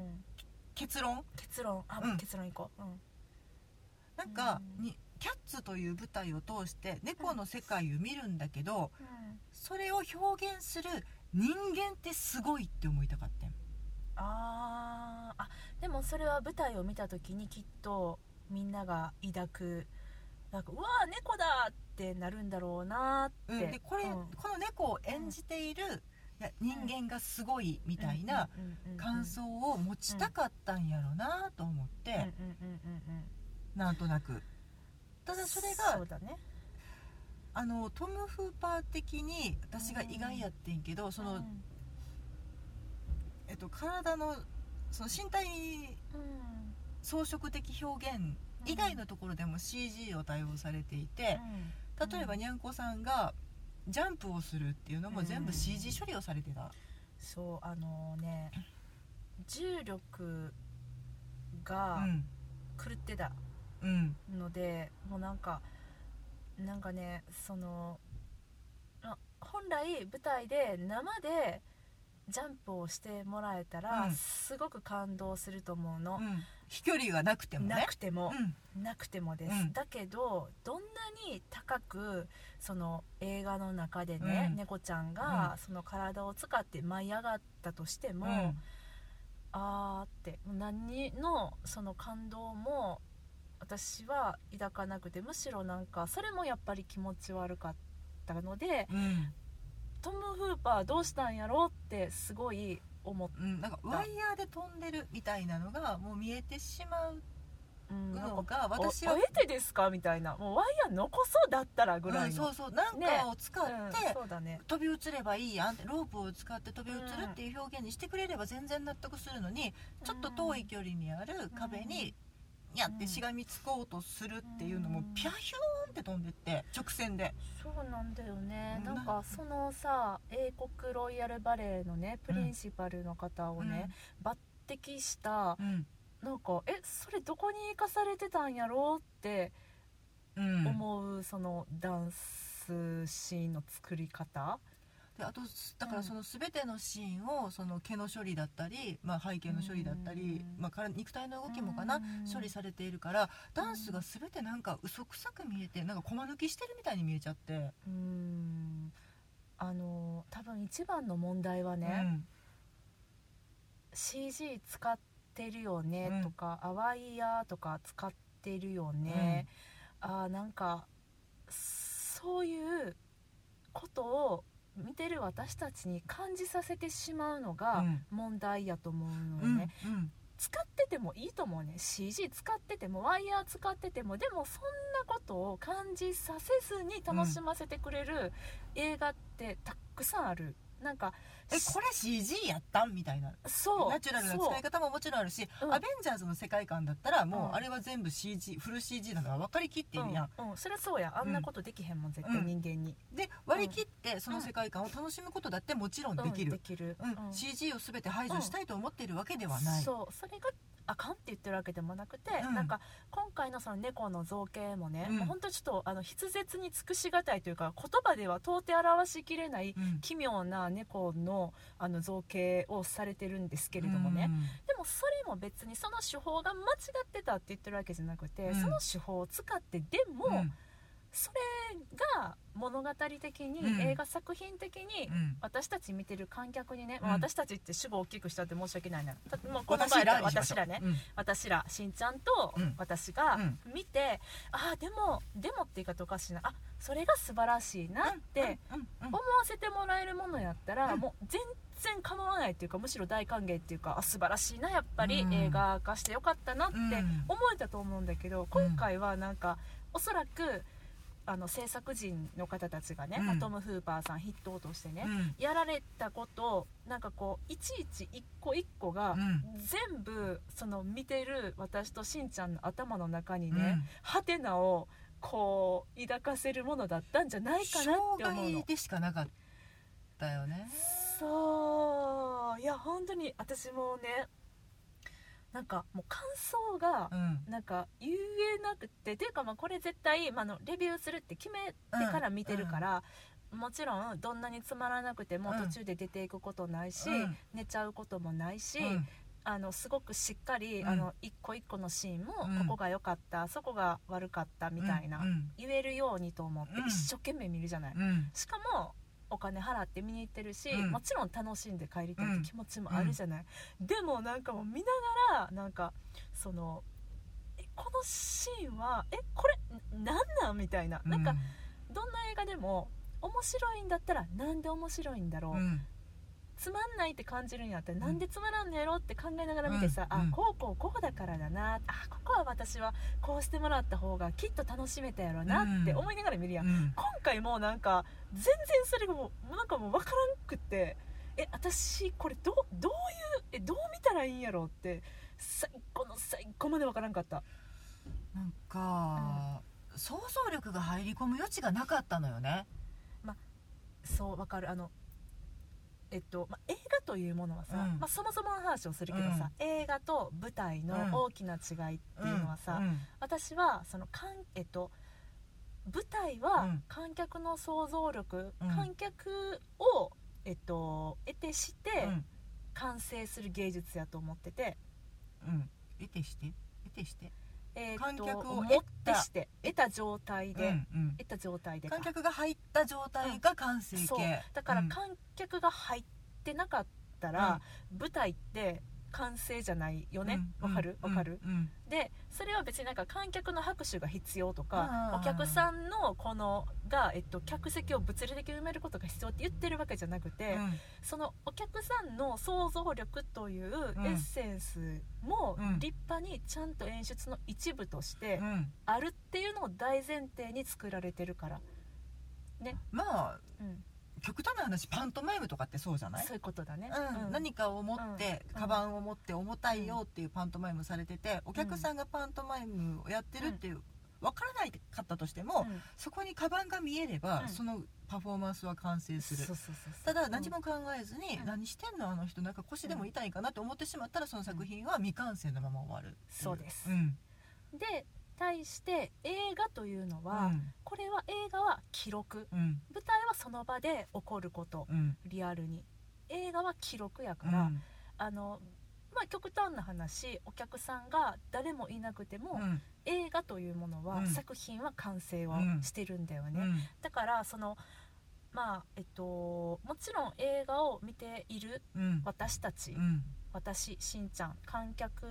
Speaker 2: 結論
Speaker 1: 結論あ、
Speaker 2: うん
Speaker 1: 結論いこう、うん
Speaker 2: なんか
Speaker 1: うん
Speaker 2: にキャッツという舞台を通して猫の世界を見るんだけど
Speaker 1: うん、
Speaker 2: それを表現する人間ってすごいって思いたかったん
Speaker 1: あーあでもそれは舞台を見た時にきっとみんなが抱くなんかうわー猫だってなるんだろうなー
Speaker 2: う
Speaker 1: っ
Speaker 2: ん、
Speaker 1: て、
Speaker 2: でこれ、
Speaker 1: うん
Speaker 2: この猫を演じている、いや人間がすごいみたいな感想を持ちたかったんやろなと思って、
Speaker 1: うんうんうんうんうん
Speaker 2: なんとなくただそれが
Speaker 1: そうだね
Speaker 2: あのトム・フーパー的に私が意外やってんけど、その、
Speaker 1: うん
Speaker 2: えっと、体のその身体
Speaker 1: うん
Speaker 2: 装飾的表現以外のところでも CG を対応されていて、
Speaker 1: うん
Speaker 2: 例えばにゃんこさんがジャンプをするっていうのも全部 CG 処理をされてた、
Speaker 1: そうあのね重力
Speaker 2: う
Speaker 1: が
Speaker 2: ん
Speaker 1: 狂ってた
Speaker 2: うん
Speaker 1: のでもうなんかなんかねそのあ本来舞台で生でジャンプをしてもらえたら、
Speaker 2: うん
Speaker 1: すごく感動すると思うの、
Speaker 2: うん、飛距離がなくてもね
Speaker 1: なくても、
Speaker 2: うん
Speaker 1: なくてもです、
Speaker 2: うん
Speaker 1: だけどどんなに高くその映画の中でね、
Speaker 2: うん
Speaker 1: 猫ちゃんが
Speaker 2: う
Speaker 1: その体を使って舞い上がったとしても、あーって何のその感動も私は抱かなくてむしろなんかそれもやっぱり気持ち悪かったので
Speaker 2: うんうん
Speaker 1: トム・フーパーどうしたんやろうってすごい思っ
Speaker 2: うん、なんかワイヤーで飛んでるみたいなのがもう見えてしまう
Speaker 1: うんなん
Speaker 2: の
Speaker 1: か
Speaker 2: が私
Speaker 1: 私
Speaker 2: は、
Speaker 1: あえてですかみたいなもうワイヤー残そうだったらぐ
Speaker 2: う
Speaker 1: ら
Speaker 2: ん
Speaker 1: いの、
Speaker 2: そうそうなんかを使って、
Speaker 1: うんそうだね
Speaker 2: 飛び移ればいいやんってロープを使って飛び移るっていう表現にしてくれれば全然納得するのに、ちょっと遠い距離にある壁に、にゃってしがみつこうとするっていうのも
Speaker 1: うん
Speaker 2: ピャヒューンって飛んでって直線で、
Speaker 1: そうなんだよね
Speaker 2: うん
Speaker 1: なんかそのさ英国ロイヤルバレエのねプリンシパルの方をね、抜擢した
Speaker 2: うん
Speaker 1: なんかえそれどこに生かされてたんやろうって
Speaker 2: うん
Speaker 1: 思う、そのダンスシーンの作り方
Speaker 2: であとすだからその全てのシーンをその毛の処理だったり、まあ、背景の処理だったり、
Speaker 1: うん
Speaker 2: まあ、から肉体の動きもかな、
Speaker 1: うん
Speaker 2: 処理されているからダンスが全てなんか嘘くさく見えてなんか駒抜きしてるみたいに見えちゃって、
Speaker 1: うんあの多分一番の問題はね、CG 使ってるよねとか、淡いやとか使ってるよ
Speaker 2: うん
Speaker 1: ね、あーなんかそういうことを見てる私たちに感じさせてしまうの
Speaker 2: う
Speaker 1: が
Speaker 2: ん
Speaker 1: 問題やと思うのね、
Speaker 2: うん
Speaker 1: 使っててもいいと思うね CG 使っててもワイヤー使っててもでもそんなことを感じさせずに楽しませてくれる映画ってたくさんあるなんか
Speaker 2: えこれ CG やったんみたいな
Speaker 1: そう
Speaker 2: ナチュラルな使い方ももちろんあるし、
Speaker 1: うん
Speaker 2: アベンジャーズの世界観だったらも
Speaker 1: うん
Speaker 2: うあれは全部 CG フル CG だから分かりきってるやん、
Speaker 1: うん、うん、そりゃそうやあんなことできへんもん、絶対人間に、
Speaker 2: で割り切ってその世界観を楽しむことだってもちろん
Speaker 1: うん
Speaker 2: できる
Speaker 1: で、きる、
Speaker 2: うん CG を全て排除したいと思っているわけではない、
Speaker 1: そうそれがあかんって言ってるわけでもなくて、
Speaker 2: うん
Speaker 1: なんか今回のその猫の造形もね、
Speaker 2: うん
Speaker 1: もう本当にちょっとあの筆舌に尽くしがたいというか言葉では到底表しきれない
Speaker 2: うん
Speaker 1: 奇妙な猫のあの造形をされてるんですけれどもね、でもそれも別にその手法が間違ってたって言ってるわけじゃなくて、
Speaker 2: うん
Speaker 1: その手法を使ってでも、
Speaker 2: うんうん
Speaker 1: それが物語的に、
Speaker 2: うん
Speaker 1: 映画作品的に、
Speaker 2: うん
Speaker 1: 私たち見てる観客にね、
Speaker 2: うん
Speaker 1: まあ私たちって主語大きくしたって申し訳ないなたもうこの場
Speaker 2: 私
Speaker 1: 合だ
Speaker 2: らにしまし
Speaker 1: 私
Speaker 2: ょう
Speaker 1: らね、
Speaker 2: うん
Speaker 1: 私らしんちゃんと
Speaker 2: うん
Speaker 1: 私が
Speaker 2: うん
Speaker 1: 見て、ああでもでもって言い方おかしいなあそれが素晴らしいなって、
Speaker 2: うんうん
Speaker 1: 思わせてもらえるものやったら、
Speaker 2: うん
Speaker 1: もう全然構わないっていうかむしろ大歓迎っていうかあ素晴らしいなやっぱり、
Speaker 2: うん
Speaker 1: 映画化してよかったなって
Speaker 2: うん
Speaker 1: 思えたと思うんだけど、今回はなんかおそらくあの制作陣の方たちがね、
Speaker 2: うん
Speaker 1: まあトム・フーパーさん筆頭としてね、
Speaker 2: うん
Speaker 1: やられたことをなんかこういちいち一個一個が、
Speaker 2: うん
Speaker 1: 全部その見てる私としんちゃんの頭の中に
Speaker 2: う
Speaker 1: ね、
Speaker 2: ん
Speaker 1: ハテナをこう抱かせるものだったんじゃないかなって思う
Speaker 2: 障害
Speaker 1: の
Speaker 2: でしかなかったよね
Speaker 1: そういや本当に私もねなんかもう感想が
Speaker 2: うん
Speaker 1: なんか言えなくてていうかまあこれ絶対、まあ、あのレビューするって決めてから見てるから、もちろんどんなにつまらなくても
Speaker 2: うん
Speaker 1: 途中で出ていくことないし、
Speaker 2: うん
Speaker 1: 寝ちゃうこともないし、
Speaker 2: うん
Speaker 1: あのすごくしっかり、
Speaker 2: うん
Speaker 1: あの一個一個のシーンも、
Speaker 2: うん
Speaker 1: ここが良かったそこが悪かったみたいな、
Speaker 2: うん
Speaker 1: 言えるようにと思って
Speaker 2: うん
Speaker 1: 一生懸命見るじゃない、
Speaker 2: うん
Speaker 1: しかもお金払って見に行ってるし、
Speaker 2: うん
Speaker 1: もちろん楽しんで帰りたいって気持ちもあるじゃない、でもなんかもう見ながらなんかそのえこのシーンはえこれなんなんみたいな、なんかどんな映画でも面白いんだったらなんで面白いんだろう、
Speaker 2: うん
Speaker 1: つまんないって感じるんやったら
Speaker 2: うん
Speaker 1: なんでつまらんのやろって考えながら見てさ、
Speaker 2: うん
Speaker 1: あ
Speaker 2: うん
Speaker 1: こうこうこうだからだなあここは私はこうしてもらった方がきっと楽しめたやろなって思いながら見るやん、
Speaker 2: うん
Speaker 1: 今回もなんか全然それがもうなんかもう分からんくってえ私これどうどういうえどう見たらいいんやろうって最後の最後まで分からんかった
Speaker 2: なんか想像力が入り込む余地がなかったのよね
Speaker 1: そう分かるあのえっとまあ、映画というものはさ、
Speaker 2: うん
Speaker 1: まあ、そもそもの話をするけどさ、映画と舞台の大きな違いっていうのはさ、
Speaker 2: うん
Speaker 1: 私はそのかん、えっと、舞台
Speaker 2: う
Speaker 1: は
Speaker 2: ん
Speaker 1: 観客の想像力、
Speaker 2: うん
Speaker 1: 観客を、えっと、得てして、
Speaker 2: うん
Speaker 1: 完成する芸術やと思ってて、
Speaker 2: うん得てして得てして
Speaker 1: えーと
Speaker 2: 観客を
Speaker 1: 持
Speaker 2: 得
Speaker 1: ったてして得た状態で、
Speaker 2: うんうん
Speaker 1: 得た状態でか
Speaker 2: 観客が入った状態が完成
Speaker 1: そう
Speaker 2: 形
Speaker 1: だから
Speaker 2: うん
Speaker 1: 観客が入ってなかったら、舞台って完成じゃないよね
Speaker 2: う
Speaker 1: わ、
Speaker 2: ん
Speaker 1: かる
Speaker 2: う
Speaker 1: わ
Speaker 2: ん
Speaker 1: かる、
Speaker 2: うん
Speaker 1: でそれは別になんか観客の拍手が必要と
Speaker 2: あ
Speaker 1: か
Speaker 2: ー
Speaker 1: お客さんのこのが、えっと、客席を物理的に埋めることが必要って言ってるわけじゃなくて、
Speaker 2: うん
Speaker 1: そのお客さんの想像力というエ
Speaker 2: うん
Speaker 1: ッセンスも
Speaker 2: うん
Speaker 1: 立派にちゃんと演出の一部として
Speaker 2: うん
Speaker 1: あるっていうのを大前提に作られてるから、
Speaker 2: まあ
Speaker 1: うん、
Speaker 2: 極端な話パントマイムとかってそうじゃない
Speaker 1: そういうことだね。
Speaker 2: うん
Speaker 1: うん
Speaker 2: 何かを持って、
Speaker 1: うん
Speaker 2: カバンを持って重たいよっていうパントマイムされてて、お客さんがパントマイムをやってるっていう、分からないかったとしても、
Speaker 1: うん
Speaker 2: そこにカバンが見えれば、
Speaker 1: うん
Speaker 2: そのパフォーマンスは完成す
Speaker 1: そう
Speaker 2: る
Speaker 1: そうそうそう
Speaker 2: ただ何も考えずに、
Speaker 1: うん
Speaker 2: 何してんのあの人なんか腰でも痛いかなと思ってしまったらその作品は未完成のまま終わるってい
Speaker 1: そうです
Speaker 2: うん
Speaker 1: で対対して映画というのは、
Speaker 2: うん
Speaker 1: これは映画は記録
Speaker 2: うん
Speaker 1: 舞台はその場で起こること
Speaker 2: うん
Speaker 1: リアルに映画は記録や
Speaker 2: う
Speaker 1: から、
Speaker 2: ん
Speaker 1: あのまあ極端な話お客さんが誰もいなくても、
Speaker 2: うん
Speaker 1: 映画というものは、
Speaker 2: うん
Speaker 1: 作品は完成を
Speaker 2: うん
Speaker 1: してるんだよね、
Speaker 2: うん
Speaker 1: だからそのまあえっともちろん映画を見ている
Speaker 2: うん
Speaker 1: 私たち、
Speaker 2: うん
Speaker 1: 私しんちゃん観客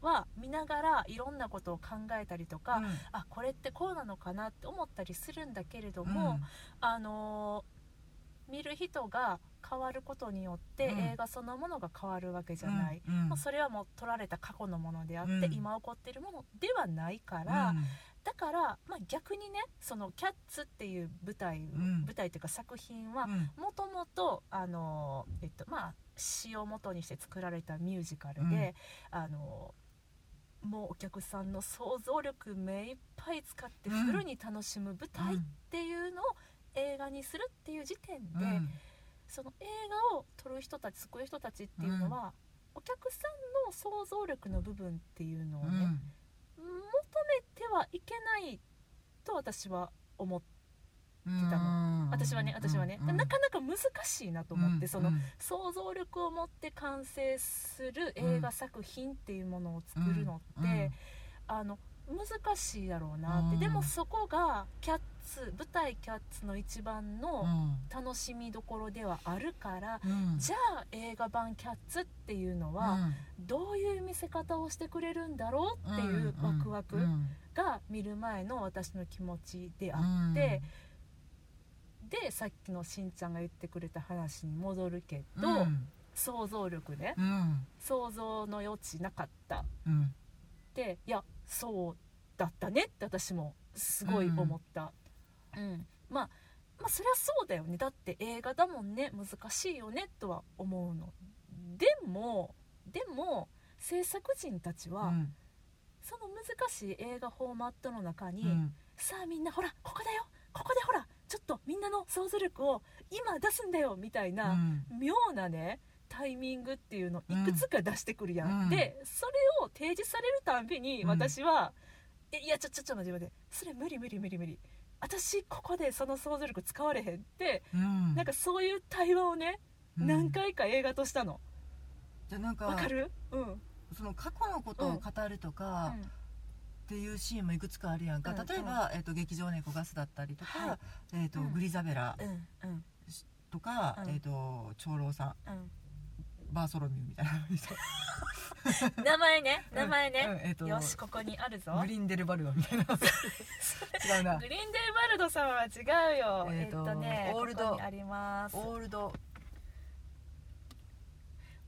Speaker 1: は見ながらいろんなことを考えたりとか、
Speaker 2: うん
Speaker 1: あこれってこうなのかなって思ったりするんだけれども、あのー見る人が変わることによって
Speaker 2: うん
Speaker 1: 映画そのものが変わるわけじゃない、
Speaker 2: うんうん
Speaker 1: まあ、それはもう撮られた過去のものであって、
Speaker 2: うん
Speaker 1: 今起こっているものではないから、だから、まあ、逆にねその「キャッツ」っていう舞台、
Speaker 2: ん
Speaker 1: 舞台というか作品
Speaker 2: う
Speaker 1: は
Speaker 2: んうん
Speaker 1: もともとあのー、えっとまあ、詩を元にして作られたミュージカルで、あのーもうお客さんの想像力目いっぱい使ってフルに楽しむ舞台っていうのを映画にするっていう時点で、
Speaker 2: うん
Speaker 1: その映画を撮る人たち作る人たちっていうのは、お客さんの想像力の部分っていうのを
Speaker 2: う
Speaker 1: ね、
Speaker 2: ん
Speaker 1: 求めてはいけないと私は思ってた
Speaker 2: うん
Speaker 1: 私はね私はね、
Speaker 2: うん
Speaker 1: なかなか難しいなと思って、
Speaker 2: うん
Speaker 1: その
Speaker 2: うん
Speaker 1: 想像力を持って完成する映画作品っていうものを作るのって、あの難しいだろうなって、
Speaker 2: うん
Speaker 1: でもそこがキャッツ舞台「キャッツ」の一番の、
Speaker 2: うん
Speaker 1: 楽しみどころではあるから、
Speaker 2: うん
Speaker 1: じゃあ映画版「キャッツ」っていうのはどういう見せ方をしてくれるんだろうっていうワクワクが見る前の私の気持ちであ
Speaker 2: あ
Speaker 1: って、でさっきのしんちゃんが言ってくれた話に戻るけど、
Speaker 2: うん
Speaker 1: 想像力ね
Speaker 2: うん
Speaker 1: 想像の余地なかったっ
Speaker 2: うん
Speaker 1: ていやそうだったねって私もすごい思った。うんまあまあそりゃそうだよねだって映画だもんね難しいよねとは思うのでもでも制作人たちは、
Speaker 2: うん
Speaker 1: その難しい映画フォーマットの中に、
Speaker 2: うん
Speaker 1: さあみんなほらここだよここでほらちょっとみんなの想像力を今出すんだよみたいな、妙なねタイミングっていうのいくつか出してくるやん、
Speaker 2: うん
Speaker 1: でそれを提示されるたんびに
Speaker 2: うん
Speaker 1: 私は「えいやちょちょちょ待って待ってそれ無理無理無理無理私ここでその想像力使われへん」って、
Speaker 2: うん
Speaker 1: なんかそういう対話をね、
Speaker 2: うん
Speaker 1: 何回か映画としたの
Speaker 2: じゃあなん
Speaker 1: わ
Speaker 2: か
Speaker 1: かるうん、うん
Speaker 2: その過去のことを語るとかっていうシーンもいくつかあるやんか、
Speaker 1: うん
Speaker 2: 例えば、えっと劇場猫ガスだったりとか、
Speaker 1: はい
Speaker 2: えっと
Speaker 1: うん
Speaker 2: グリザベラ
Speaker 1: うんうん
Speaker 2: とか、
Speaker 1: うん
Speaker 2: えっと長老さん
Speaker 1: う
Speaker 2: バーソロミューみたいな
Speaker 1: ん名前ね名前
Speaker 2: うん
Speaker 1: ね、
Speaker 2: えっと
Speaker 1: よしここにあるぞ
Speaker 2: グリンデルバルドみたいな違うな
Speaker 1: グリーンデルバルドさんは違うよえ
Speaker 2: え
Speaker 1: っ、
Speaker 2: ーと
Speaker 1: とね
Speaker 2: オールド
Speaker 1: ここにあります
Speaker 2: (laughs) オールド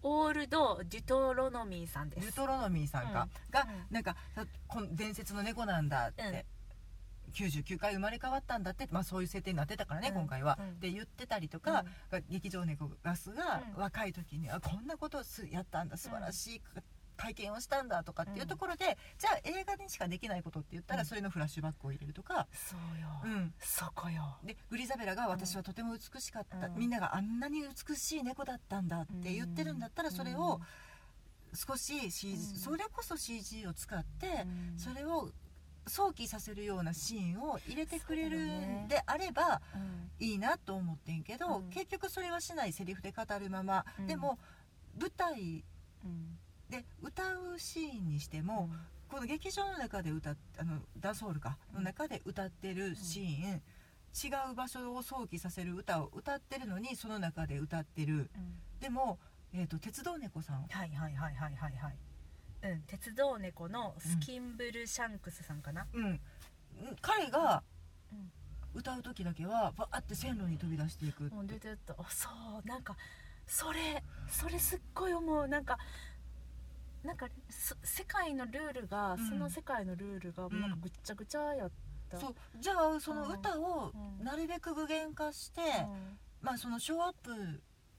Speaker 1: オールド・デュトロノミーさんで
Speaker 2: デュ
Speaker 1: す。
Speaker 2: トロノミーさんか、が
Speaker 1: う
Speaker 2: なんかさこん伝説の猫なんだって、99回生まれ変わったんだって、まあ、そういう設定になってたからね、
Speaker 1: うん
Speaker 2: 今回は、
Speaker 1: うん
Speaker 2: で言ってたりとか、が劇場猫ガスが若い時に、あこんなことをすやったんだ素晴らしい体験をしたんだとかっていうところで、じゃあ映画にしかできないことって言ったら、
Speaker 1: うん
Speaker 2: それのフラッシュバックを入れるとか、
Speaker 1: そうよ、
Speaker 2: うん
Speaker 1: そこよ。
Speaker 2: でグリザベラが「私はとても美しかった、
Speaker 1: うん
Speaker 2: みんながあんなに美しい猫だったんだ」って言ってるんだったら、それを少し CG、
Speaker 1: うん
Speaker 2: それこそ CG を使って、
Speaker 1: うん、うん
Speaker 2: そ、れを想起させるようなシーンを入れてくれる
Speaker 1: そうだね
Speaker 2: んであれば
Speaker 1: うん
Speaker 2: いいなと思ってんけど、
Speaker 1: うん
Speaker 2: 結局それはしないセリフで語るまま、
Speaker 1: うん
Speaker 2: でも舞台
Speaker 1: うん
Speaker 2: で歌うシーンにしても、この劇場の中で歌っあのダンスホールか
Speaker 1: うん
Speaker 2: の中で歌ってるシーン、違う場所を想起させる歌を歌ってるのにその中で歌ってる
Speaker 1: うん
Speaker 2: でも、えー、と鉄道猫さん
Speaker 1: はいはいはいはいはいはい。うん、鉄道猫のスキンブル・シャンクスさんかな、
Speaker 2: うん、ん彼が
Speaker 1: うん
Speaker 2: 歌う時だけはバーって線路に飛び出していくって
Speaker 1: もう出てったあそうなんかそれそれすっごい思うなんかなんかそ世界のルールが、
Speaker 2: うん
Speaker 1: その世界のルールがもうなんかぐっちゃぐちゃやっ
Speaker 2: そうじゃあその歌を
Speaker 1: うん
Speaker 2: なるべく具現化して、
Speaker 1: て、
Speaker 2: まあそのショーアッ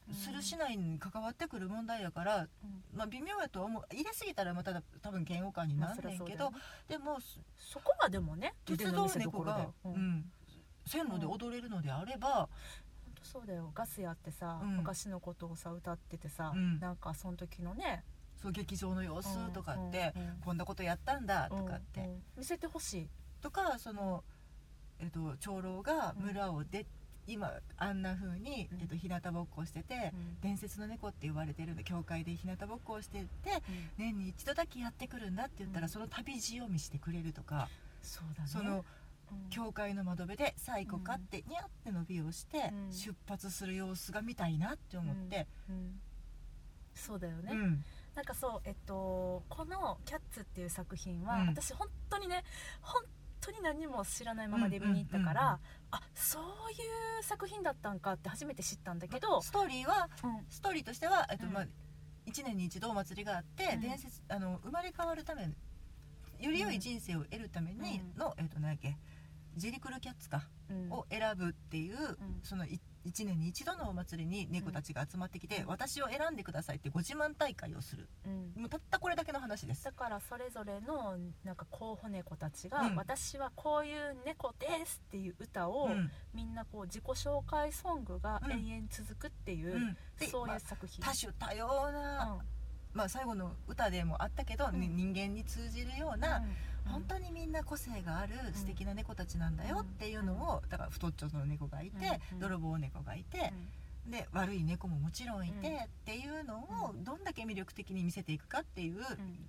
Speaker 2: プするしないに関わってくる問題やから、
Speaker 1: うん
Speaker 2: まあ、微妙やとは思う入れすぎたらまた多分嫌悪感に
Speaker 1: ま
Speaker 2: な
Speaker 1: あ
Speaker 2: ん
Speaker 1: そり
Speaker 2: ね
Speaker 1: ゃ
Speaker 2: ん
Speaker 1: そうだ
Speaker 2: け
Speaker 1: よ
Speaker 2: ど、
Speaker 1: ね
Speaker 2: でも
Speaker 1: そこがでもね腕
Speaker 2: 鉄
Speaker 1: の
Speaker 2: 道
Speaker 1: 見せ
Speaker 2: 猫
Speaker 1: 所だ
Speaker 2: が
Speaker 1: よ、、
Speaker 2: う
Speaker 1: うん
Speaker 2: ん、線路で踊れるのであれば、
Speaker 1: 本当そうだよガスやってさ、
Speaker 2: うん
Speaker 1: 昔のことをさ歌っててさ、
Speaker 2: うん
Speaker 1: なんかその時のね
Speaker 2: そう劇場の様子とかって、
Speaker 1: うんうんうん
Speaker 2: こんなことやったんだとかって、
Speaker 1: うんうん見せてほしい
Speaker 2: とかその、えっと、長老が村を出、今あんな風に、
Speaker 1: うん
Speaker 2: えっと、日向ぼっこをしてて、伝説の猫って言われてるんで教会で日向ぼっこをして
Speaker 1: う
Speaker 2: て
Speaker 1: ん
Speaker 2: 年に一度だけやってくるんだって言ったら、
Speaker 1: うん
Speaker 2: その旅路を見してくれるとか、
Speaker 1: そうだね
Speaker 2: そ
Speaker 1: う
Speaker 2: の
Speaker 1: ん
Speaker 2: 教会の窓辺で「さあ行こうか」ってニャって伸びをして、
Speaker 1: うん
Speaker 2: 出発する様子が見たいなって思って、
Speaker 1: うんそうだよね、
Speaker 2: うん
Speaker 1: なんかそうえっとこの「キャッツ」っていう作品は、
Speaker 2: うん
Speaker 1: 私本当にね本当に何も知らないままで見に行ったから、
Speaker 2: うんうんうん
Speaker 1: あそういう作品だったんかって初めて知ったんだけど、
Speaker 2: ストーリーは
Speaker 1: うん
Speaker 2: ストーリーとしては、えっと
Speaker 1: うん
Speaker 2: まあ、1年に一度お祭りがあって、
Speaker 1: うん
Speaker 2: 伝説あの生まれ変わるためより良い人生を得るために
Speaker 1: うん
Speaker 2: の、えっと、何だっけジェリクルキャッツか
Speaker 1: うん
Speaker 2: を選ぶっていう、
Speaker 1: ん
Speaker 2: その1年に一度のお祭りに猫たちが集まってきて、
Speaker 1: うん
Speaker 2: 私を選んでくださいってご自慢大会をする
Speaker 1: うん
Speaker 2: もうたったこれだけの話です
Speaker 1: だからそれぞれのなんか候補猫たちが、
Speaker 2: うん
Speaker 1: 私はこういう猫です」っていう歌を、
Speaker 2: うん
Speaker 1: みんなこう自己紹介ソングが
Speaker 2: うん
Speaker 1: 延々続くっていう、
Speaker 2: うんで
Speaker 1: そう
Speaker 2: ま
Speaker 1: い
Speaker 2: あ
Speaker 1: う作品、
Speaker 2: 多種多様な、まあ、最後の歌でもあったけど、
Speaker 1: うん
Speaker 2: ね人間に通じるような、
Speaker 1: うん
Speaker 2: 本当にみんな個性がある素敵な猫たちなんだよっていうのをだから太っちょの猫がいて
Speaker 1: うん
Speaker 2: 泥棒猫がいてで悪い猫ももちろんいてっていうのをどんだけ魅力的に見せていくかっていう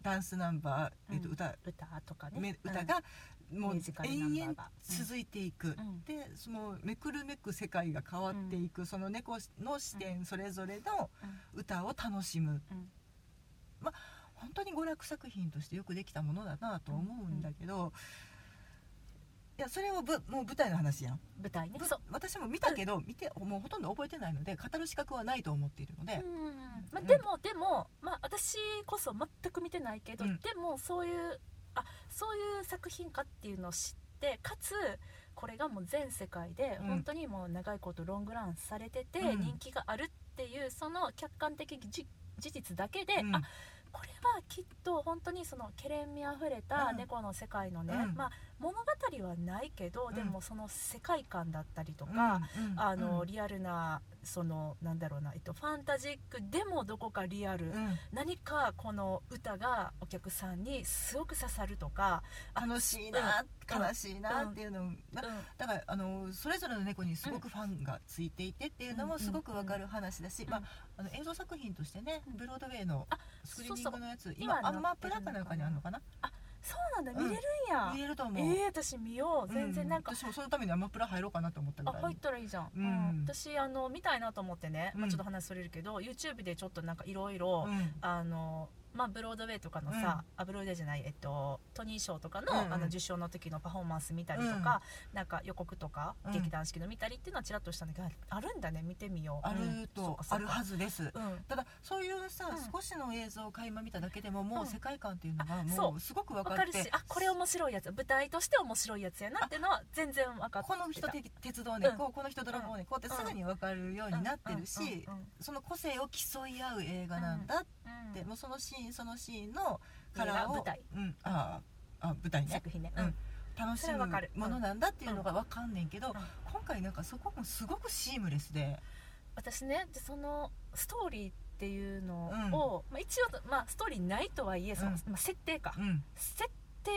Speaker 2: ダンスナンバー、えっと
Speaker 1: うん
Speaker 2: 歌
Speaker 1: 歌とか
Speaker 2: め
Speaker 1: ね
Speaker 2: 歌、がもう
Speaker 1: ミュージカルナンバ
Speaker 2: 延
Speaker 1: ー
Speaker 2: 々
Speaker 1: が
Speaker 2: 続いてい
Speaker 1: う
Speaker 2: く
Speaker 1: んうん
Speaker 2: でそのめくるめく世界が変わっていくその猫の視点それぞれの歌を楽しむ
Speaker 1: うん
Speaker 2: 本当に娯楽作品としてよくできたものだなと思うんだけど、いやそれをぶもう舞台の話やん
Speaker 1: 舞台ね
Speaker 2: ぶ
Speaker 1: そう
Speaker 2: 私も見たけど見てもうほとんど覚えてないので語る資格はないと思っているので、
Speaker 1: うんまあ、
Speaker 2: うん
Speaker 1: でもでも、まあ、私こそ全く見てないけど、
Speaker 2: うん
Speaker 1: でもそういうあそういう作品かっていうのを知ってかつこれがもう全世界で
Speaker 2: うん
Speaker 1: 本当にもう長いことロングランされてて
Speaker 2: うん
Speaker 1: 人気があるっていうその客観的じ事実だけで、
Speaker 2: うん
Speaker 1: あこれはきっと本当にそのけれんみあふれた
Speaker 2: うん
Speaker 1: 猫の世界のね、
Speaker 2: うん
Speaker 1: まあ、物語はないけど、でもその世界観だったりと
Speaker 2: う
Speaker 1: か、
Speaker 2: んうん
Speaker 1: あの、
Speaker 2: うん
Speaker 1: リアルなそのなんだろうな、えっと、ファンタジックでもどこかリアル、
Speaker 2: うん
Speaker 1: 何かこの歌がお客さんにすごく刺さるとか、
Speaker 2: 楽しいな、
Speaker 1: うん
Speaker 2: 悲しいなっていうのがだからあのそれぞれの猫にすごくファンがついていてっていうの
Speaker 1: う
Speaker 2: も
Speaker 1: ん
Speaker 2: すごくわかる話だし、
Speaker 1: うん
Speaker 2: まあ、あの映像作品としてねブロードウェイの
Speaker 1: あ
Speaker 2: スクリーニングのやつ
Speaker 1: 今な
Speaker 2: 今ア
Speaker 1: ってるのかな
Speaker 2: ンマープラカなんかにあるのかな
Speaker 1: そうなんだ見れるんや
Speaker 2: 見、れると思う、
Speaker 1: ええー私見よう全然なんか、
Speaker 2: う私もそのためにアマプラ入ろうかなと思ったぐ
Speaker 1: あ
Speaker 2: らい
Speaker 1: 入ったらいいじゃん、
Speaker 2: うん
Speaker 1: 私あの見たいなと思ってね、ま
Speaker 2: う
Speaker 1: あ、
Speaker 2: ん
Speaker 1: ちょっと話それるけど、YouTube でちょっとなんかいろいろ
Speaker 2: うん
Speaker 1: あのまあ、ブロードウェイとかのさ、あブロードウェイじゃない、えっと、トニー賞とかの,、
Speaker 2: うんうん
Speaker 1: あの受賞の時のパフォーマンス見たりとか,、なんか予告とか、
Speaker 2: うん
Speaker 1: 劇団四季の見たりっていうのはちらっとしたんだけどああるんだね見てみよう
Speaker 2: ある
Speaker 1: うんそ
Speaker 2: と
Speaker 1: うか、そうか
Speaker 2: あるはずです
Speaker 1: うん
Speaker 2: ただそういうさ、
Speaker 1: うん
Speaker 2: 少しの映像を垣間見ただけでもも
Speaker 1: うん
Speaker 2: う世界観っていうの
Speaker 1: あ
Speaker 2: が
Speaker 1: そ
Speaker 2: もうすごく分
Speaker 1: わ
Speaker 2: か
Speaker 1: か
Speaker 2: っ
Speaker 1: る
Speaker 2: て、
Speaker 1: しあこれ面白いやつ舞台として面白いやつやなってのは全然分かってた
Speaker 2: この人て鉄道猫、この人泥棒猫ってすぐに分かるようになってるし、
Speaker 1: うんうん
Speaker 2: その個性を競い合う映画なんだって、
Speaker 1: うん
Speaker 2: もうそのシーンそのシーンのカ
Speaker 1: 映
Speaker 2: ラー
Speaker 1: 画
Speaker 2: を
Speaker 1: 舞台、
Speaker 2: うん、あああ舞台ね
Speaker 1: 作品ね、
Speaker 2: う
Speaker 1: うんん、
Speaker 2: 楽
Speaker 1: そ
Speaker 2: し
Speaker 1: れは
Speaker 2: む
Speaker 1: わかる
Speaker 2: ものなんだっていうのが分かんねんけど、
Speaker 1: ん
Speaker 2: 今回なんかそこもすごくシームレスで、
Speaker 1: 私ねでそのストーリーっていうのを、まあ、一応、まあ、ストーリーないとはいえその、
Speaker 2: うん
Speaker 1: まあ、設定か、
Speaker 2: うん
Speaker 1: 設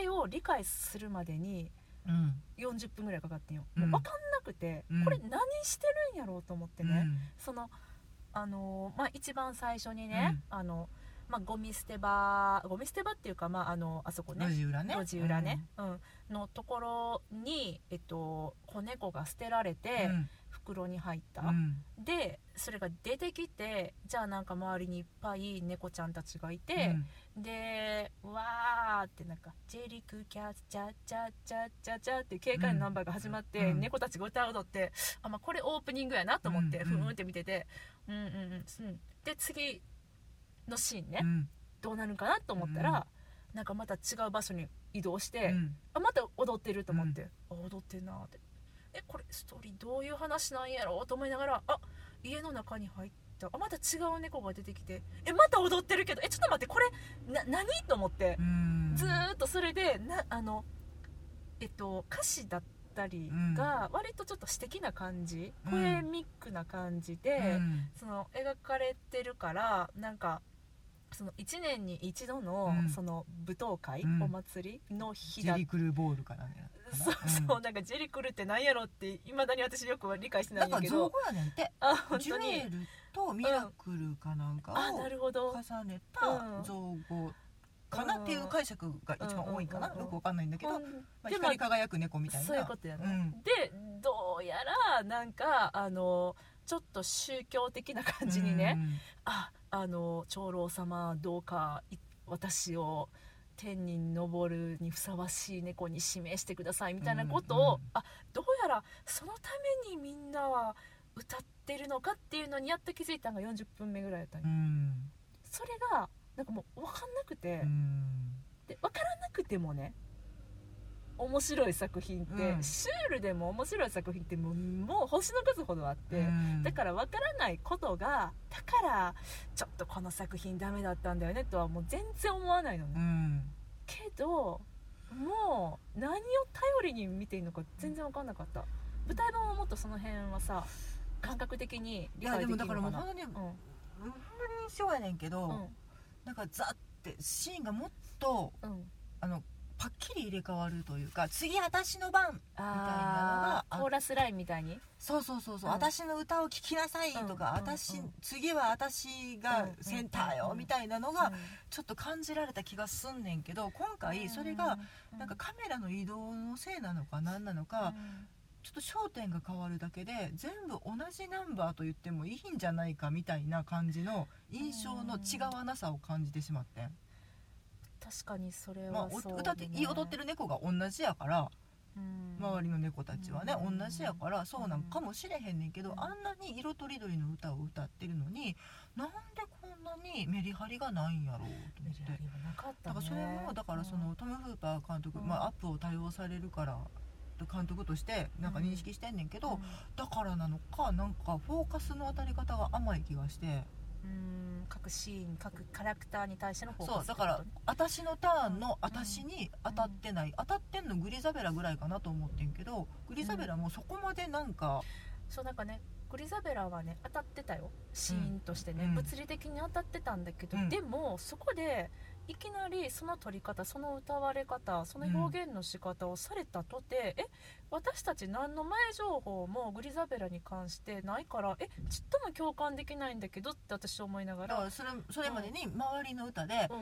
Speaker 1: 定を理解するまでに
Speaker 2: うん
Speaker 1: 40分ぐらいかかってんよ、
Speaker 2: うん
Speaker 1: もう分かんなくて、
Speaker 2: うん
Speaker 1: これ何してるんやろうと思ってね、そのあのーまあ一番最初にね、あのまあゴミ捨て場ゴミ捨て場っていうかまああのあそこ
Speaker 2: うん
Speaker 1: ね
Speaker 2: 路地裏ね
Speaker 1: 路地裏ね、うんのところに、えっと、子猫が捨てられて、
Speaker 2: うん
Speaker 1: 袋に入った、
Speaker 2: うん
Speaker 1: でそれが出てきてじゃあなんか周りにいっぱい猫ちゃんたちがいて、
Speaker 2: うん
Speaker 1: でわーってなんか「ジェリクキャッチャチャチャチャチャ」っていう警戒のナンバーが始まって、
Speaker 2: うん
Speaker 1: 猫たちが歌うのってあ、まあ、これオープニングやなと思って、
Speaker 2: うん
Speaker 1: ふーんって見ててうんうんうんうんで次のシーンね、
Speaker 2: うん
Speaker 1: どうなるかなと思ったら、なんかまた違う場所に移動して、
Speaker 2: うん
Speaker 1: あまた踊ってると思って、あ踊ってんなーってえこれストーリーどういう話なんやろうと思いながらあ家の中に入ったあまた違う猫が出てきてえまた踊ってるけどえちょっと待ってこれな何と思って
Speaker 2: う、ん
Speaker 1: ずーっとそれでなあのえっと歌詞だったりが割とちょっと詩的な感じ、
Speaker 2: うん
Speaker 1: ポエミックな感じで、
Speaker 2: うん
Speaker 1: その描かれてるからなんかその1年に一度の
Speaker 2: うん
Speaker 1: その舞踏会、
Speaker 2: うん
Speaker 1: お祭りの日
Speaker 2: ジ
Speaker 1: だ
Speaker 2: ェ
Speaker 1: っ
Speaker 2: リクルボールかなんやかな
Speaker 1: そうそう、
Speaker 2: ん
Speaker 1: なんかジェリクルってなんやろっていまだに私よくは理解してない
Speaker 2: なんん
Speaker 1: や
Speaker 2: か
Speaker 1: け
Speaker 2: 造
Speaker 1: ど
Speaker 2: 語やねんて
Speaker 1: あ本
Speaker 2: ジュ
Speaker 1: 当
Speaker 2: エ
Speaker 1: に
Speaker 2: ルとミラクルかなんかを
Speaker 1: あなるほど
Speaker 2: 重ね
Speaker 1: うん
Speaker 2: た造語かなっていう解釈が一番多いかな
Speaker 1: うんうんうんうん
Speaker 2: よくわかんないんだけど、まあ、
Speaker 1: でも
Speaker 2: 光り輝く猫みたいな
Speaker 1: そういうことやね、
Speaker 2: うん
Speaker 1: でどうやらなんかあのちょっと宗教的な感じにね、ああの長老様どうかい私を天に昇るにふさわしい猫に指名してくださいみたいなことを、
Speaker 2: うんうん
Speaker 1: あどうやらそのためにみんなは歌ってるのかっていうのにやっと気づいたのが40分目ぐらいだったの、
Speaker 2: うんうん
Speaker 1: それがなんかもう分かんなくて、
Speaker 2: うん
Speaker 1: で分からなくてもね面白い作品って、
Speaker 2: うん
Speaker 1: シュールでも面白い作品ってもうもう星の数ほどあって、
Speaker 2: うん
Speaker 1: だから分からないことがだからちょっとこの作品ダメだったんだよねとはもう全然思わないの
Speaker 2: う
Speaker 1: ね
Speaker 2: ん
Speaker 1: けどもう何を頼りに見ていいのか全然分かんなかった舞台版はもっとその辺はさ感覚的に
Speaker 2: い
Speaker 1: 理
Speaker 2: や
Speaker 1: 解
Speaker 2: で
Speaker 1: でき
Speaker 2: も
Speaker 1: る
Speaker 2: だ
Speaker 1: の
Speaker 2: か
Speaker 1: からな
Speaker 2: もう本当に本当にそうやねんけど、
Speaker 1: うん
Speaker 2: なんかザってシーンがもっと
Speaker 1: うんうん
Speaker 2: あのパッキリ入れ替わるというか次私の番
Speaker 1: あ
Speaker 2: みたいなのがあ
Speaker 1: ーコーラスラインみたいに
Speaker 2: そうそうそうそう、
Speaker 1: うん
Speaker 2: 私の歌を聴きなさいとか、
Speaker 1: うん
Speaker 2: 私、
Speaker 1: うん
Speaker 2: 次は私がセンター
Speaker 1: うんうん
Speaker 2: よ
Speaker 1: うん
Speaker 2: みたいなのがちょっと感じられた気がすんねんけど今
Speaker 1: う
Speaker 2: 回
Speaker 1: ん
Speaker 2: それが
Speaker 1: う
Speaker 2: なんかカメラの移動のせいなのか何なの
Speaker 1: う
Speaker 2: か
Speaker 1: ん
Speaker 2: ちょっと焦点が変わるだけで全部同じナンバーと言ってもいいんじゃないかみたいな感じの印象の違わなさを感じてしまってん
Speaker 1: 確かにそれ
Speaker 2: まあ
Speaker 1: は
Speaker 2: お
Speaker 1: そう、ね
Speaker 2: 歌って踊ってる猫が同じやから
Speaker 1: うん
Speaker 2: 周りの猫たちはね
Speaker 1: うん
Speaker 2: 同じやからそうなんかもしれへんねんけ
Speaker 1: う
Speaker 2: ど
Speaker 1: ん
Speaker 2: あんなに色とりどりの歌を歌ってるのになんでこんなにメリハリがないんやろうと思
Speaker 1: メ
Speaker 2: っ
Speaker 1: リハ
Speaker 2: て
Speaker 1: リはなかった
Speaker 2: だ
Speaker 1: ね
Speaker 2: からそれもだからそのトム・フーパー監督
Speaker 1: うん
Speaker 2: まあアップを多用されるから監督としてなんか認識してんねんけどだからなのかなんかフォーカスの当たり方が甘い気がして
Speaker 1: うんうん各シーン各キャラクターに対してのフォー
Speaker 2: そ
Speaker 1: カ
Speaker 2: う
Speaker 1: ス
Speaker 2: だから私のターンの私に当たってない当たってんのグリザベラぐらいかなと思ってんけどグリザベラもそこまでなんか
Speaker 1: そうなんかねグリザベラはね当たってたよシーンとしてね、
Speaker 2: うん
Speaker 1: 物理的に当たってたんだけど、
Speaker 2: うん
Speaker 1: でもそこでいきなりその撮り方その歌われ方その表現の仕方をされたとて、え私たち何の前情報もグリザベラに関してないからえちっとも共感できないんだけどって私思いなが、
Speaker 2: だかららそれそれまでに周りの歌で、
Speaker 1: うん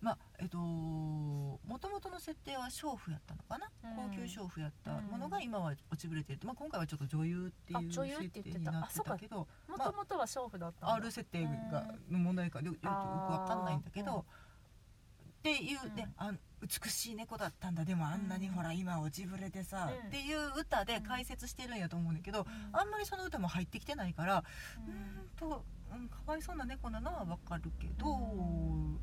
Speaker 2: まあえっともともとの設定は娼婦やったのかな、
Speaker 1: うん
Speaker 2: 高級娼婦やった
Speaker 1: うん
Speaker 2: ものが今は落ちぶれてる、まあ、今回はちょっと女優って
Speaker 1: あ
Speaker 2: いう
Speaker 1: 女優って
Speaker 2: 設
Speaker 1: 言ってた
Speaker 2: 定になってたけど
Speaker 1: もともとは娼婦だったんだ、
Speaker 2: R 設定がの問題かよよくわかんないんだけ
Speaker 1: あーうん
Speaker 2: ど。っていうね、あん美しい猫だったんだでもあんなに
Speaker 1: うん
Speaker 2: ほら今は落ちぶれてさ、
Speaker 1: うん
Speaker 2: っていう歌で解説してるんやと思うんだけど、あんまりその歌も入ってきてないから
Speaker 1: う
Speaker 2: うんーんと、うん、かわいそうな猫なのはわかるけど、
Speaker 1: うん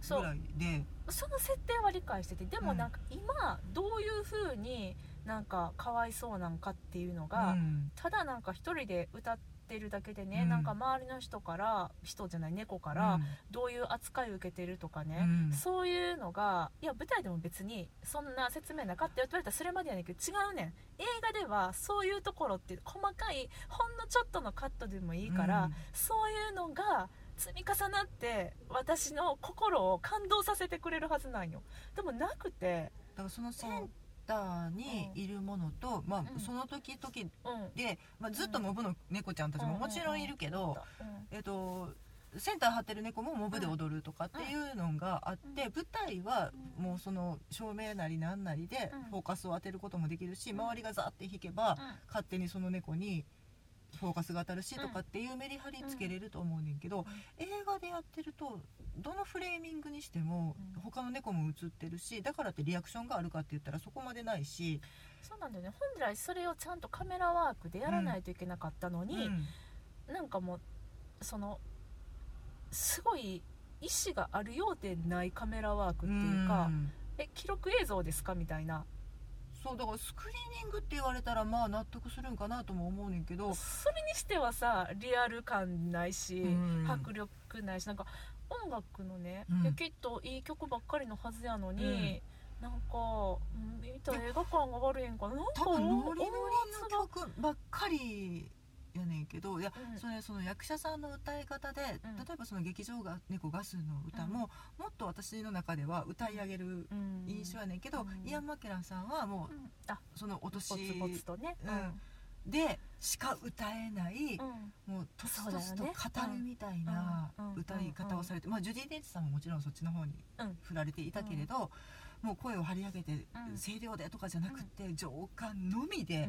Speaker 1: そう
Speaker 2: ぐらいで
Speaker 1: その設定は理解しててでも
Speaker 2: うん
Speaker 1: なんか今どういう風になんかかわいそうなんかっていうのが、
Speaker 2: うん
Speaker 1: ただなんか一人で歌ってるだけでね、
Speaker 2: うん
Speaker 1: なんか周りの人から人じゃない猫からどういう扱いを受けてるとか
Speaker 2: う
Speaker 1: ね、
Speaker 2: ん
Speaker 1: そういうのがいや舞台でも別にそんな説明なかったよって言われたらそれまでやねんけど違うねん映画ではそういうところって細かいほんのちょっとのカットでもいいから、そういうのが積み重なって私の心を感動させてくれるはずなんよでもなくて
Speaker 2: だからそのセンターにいるものと、ま
Speaker 1: う
Speaker 2: あ、
Speaker 1: ん
Speaker 2: その時々
Speaker 1: うん
Speaker 2: で、まあ、ずっとモブの猫ちゃんたちももちろんいるけど、
Speaker 1: うん
Speaker 2: えっと、センター張ってる猫もモブで踊るとかっていうのがあって、
Speaker 1: う
Speaker 2: 舞台は
Speaker 1: うん
Speaker 2: もうその照明なりなんなりで
Speaker 1: うん
Speaker 2: フォーカスを当てることもできるし、
Speaker 1: うん
Speaker 2: 周りがザーって引けば、
Speaker 1: うん
Speaker 2: 勝手にその猫にフォーカスが当たるしとかっていうメリハリつけれると思うねんけど、映画でやってるとどのフレーミングにしても
Speaker 1: うん
Speaker 2: 他の猫も映ってるしだからってリアクションがあるかって言ったらそこまでないし、
Speaker 1: そうなんだよね本来それをちゃんとカメラワークでやらないといけなかったのに、
Speaker 2: うん
Speaker 1: なんかもうそのすごい意思があるようでないカメラワークっていうか、
Speaker 2: ん
Speaker 1: え記録映像ですかみたいな
Speaker 2: そうだからスクリーニングって言われたらまあ納得するんかなとも思うねんけど、
Speaker 1: それにしてはさリアル感ないし、
Speaker 2: うん
Speaker 1: 迫力ないしなんか音楽のね、
Speaker 2: うん
Speaker 1: いやきっといい曲ばっかりのはずやのに、
Speaker 2: うん
Speaker 1: なんかうん見た映画館が悪いんかななんか
Speaker 2: 多分ノリノリ
Speaker 1: 音圧が
Speaker 2: の曲ばっかりやねんけどいや
Speaker 1: うん
Speaker 2: それその役者さんの歌い方で、
Speaker 1: うん
Speaker 2: 例えばその劇場が猫ガスの歌も、もっと私の中では歌い上げる
Speaker 1: うん
Speaker 2: 印象やねんけど、
Speaker 1: うん
Speaker 2: イアン・マケランさんはも
Speaker 1: うんあ
Speaker 2: うそのお年
Speaker 1: ポツポツとね
Speaker 2: うんでしか歌えない、
Speaker 1: うん
Speaker 2: もうとつ
Speaker 1: そう
Speaker 2: と
Speaker 1: だよ
Speaker 2: つ
Speaker 1: ね
Speaker 2: と語るみたいな
Speaker 1: うんうん
Speaker 2: 歌い方をされて、まあ、ジュディ・デンチさんももちろんそっちの方に
Speaker 1: うん
Speaker 2: 振られていたけれど、もう声を張り上げて
Speaker 1: うん
Speaker 2: 声量でとかじゃなくて情感のみで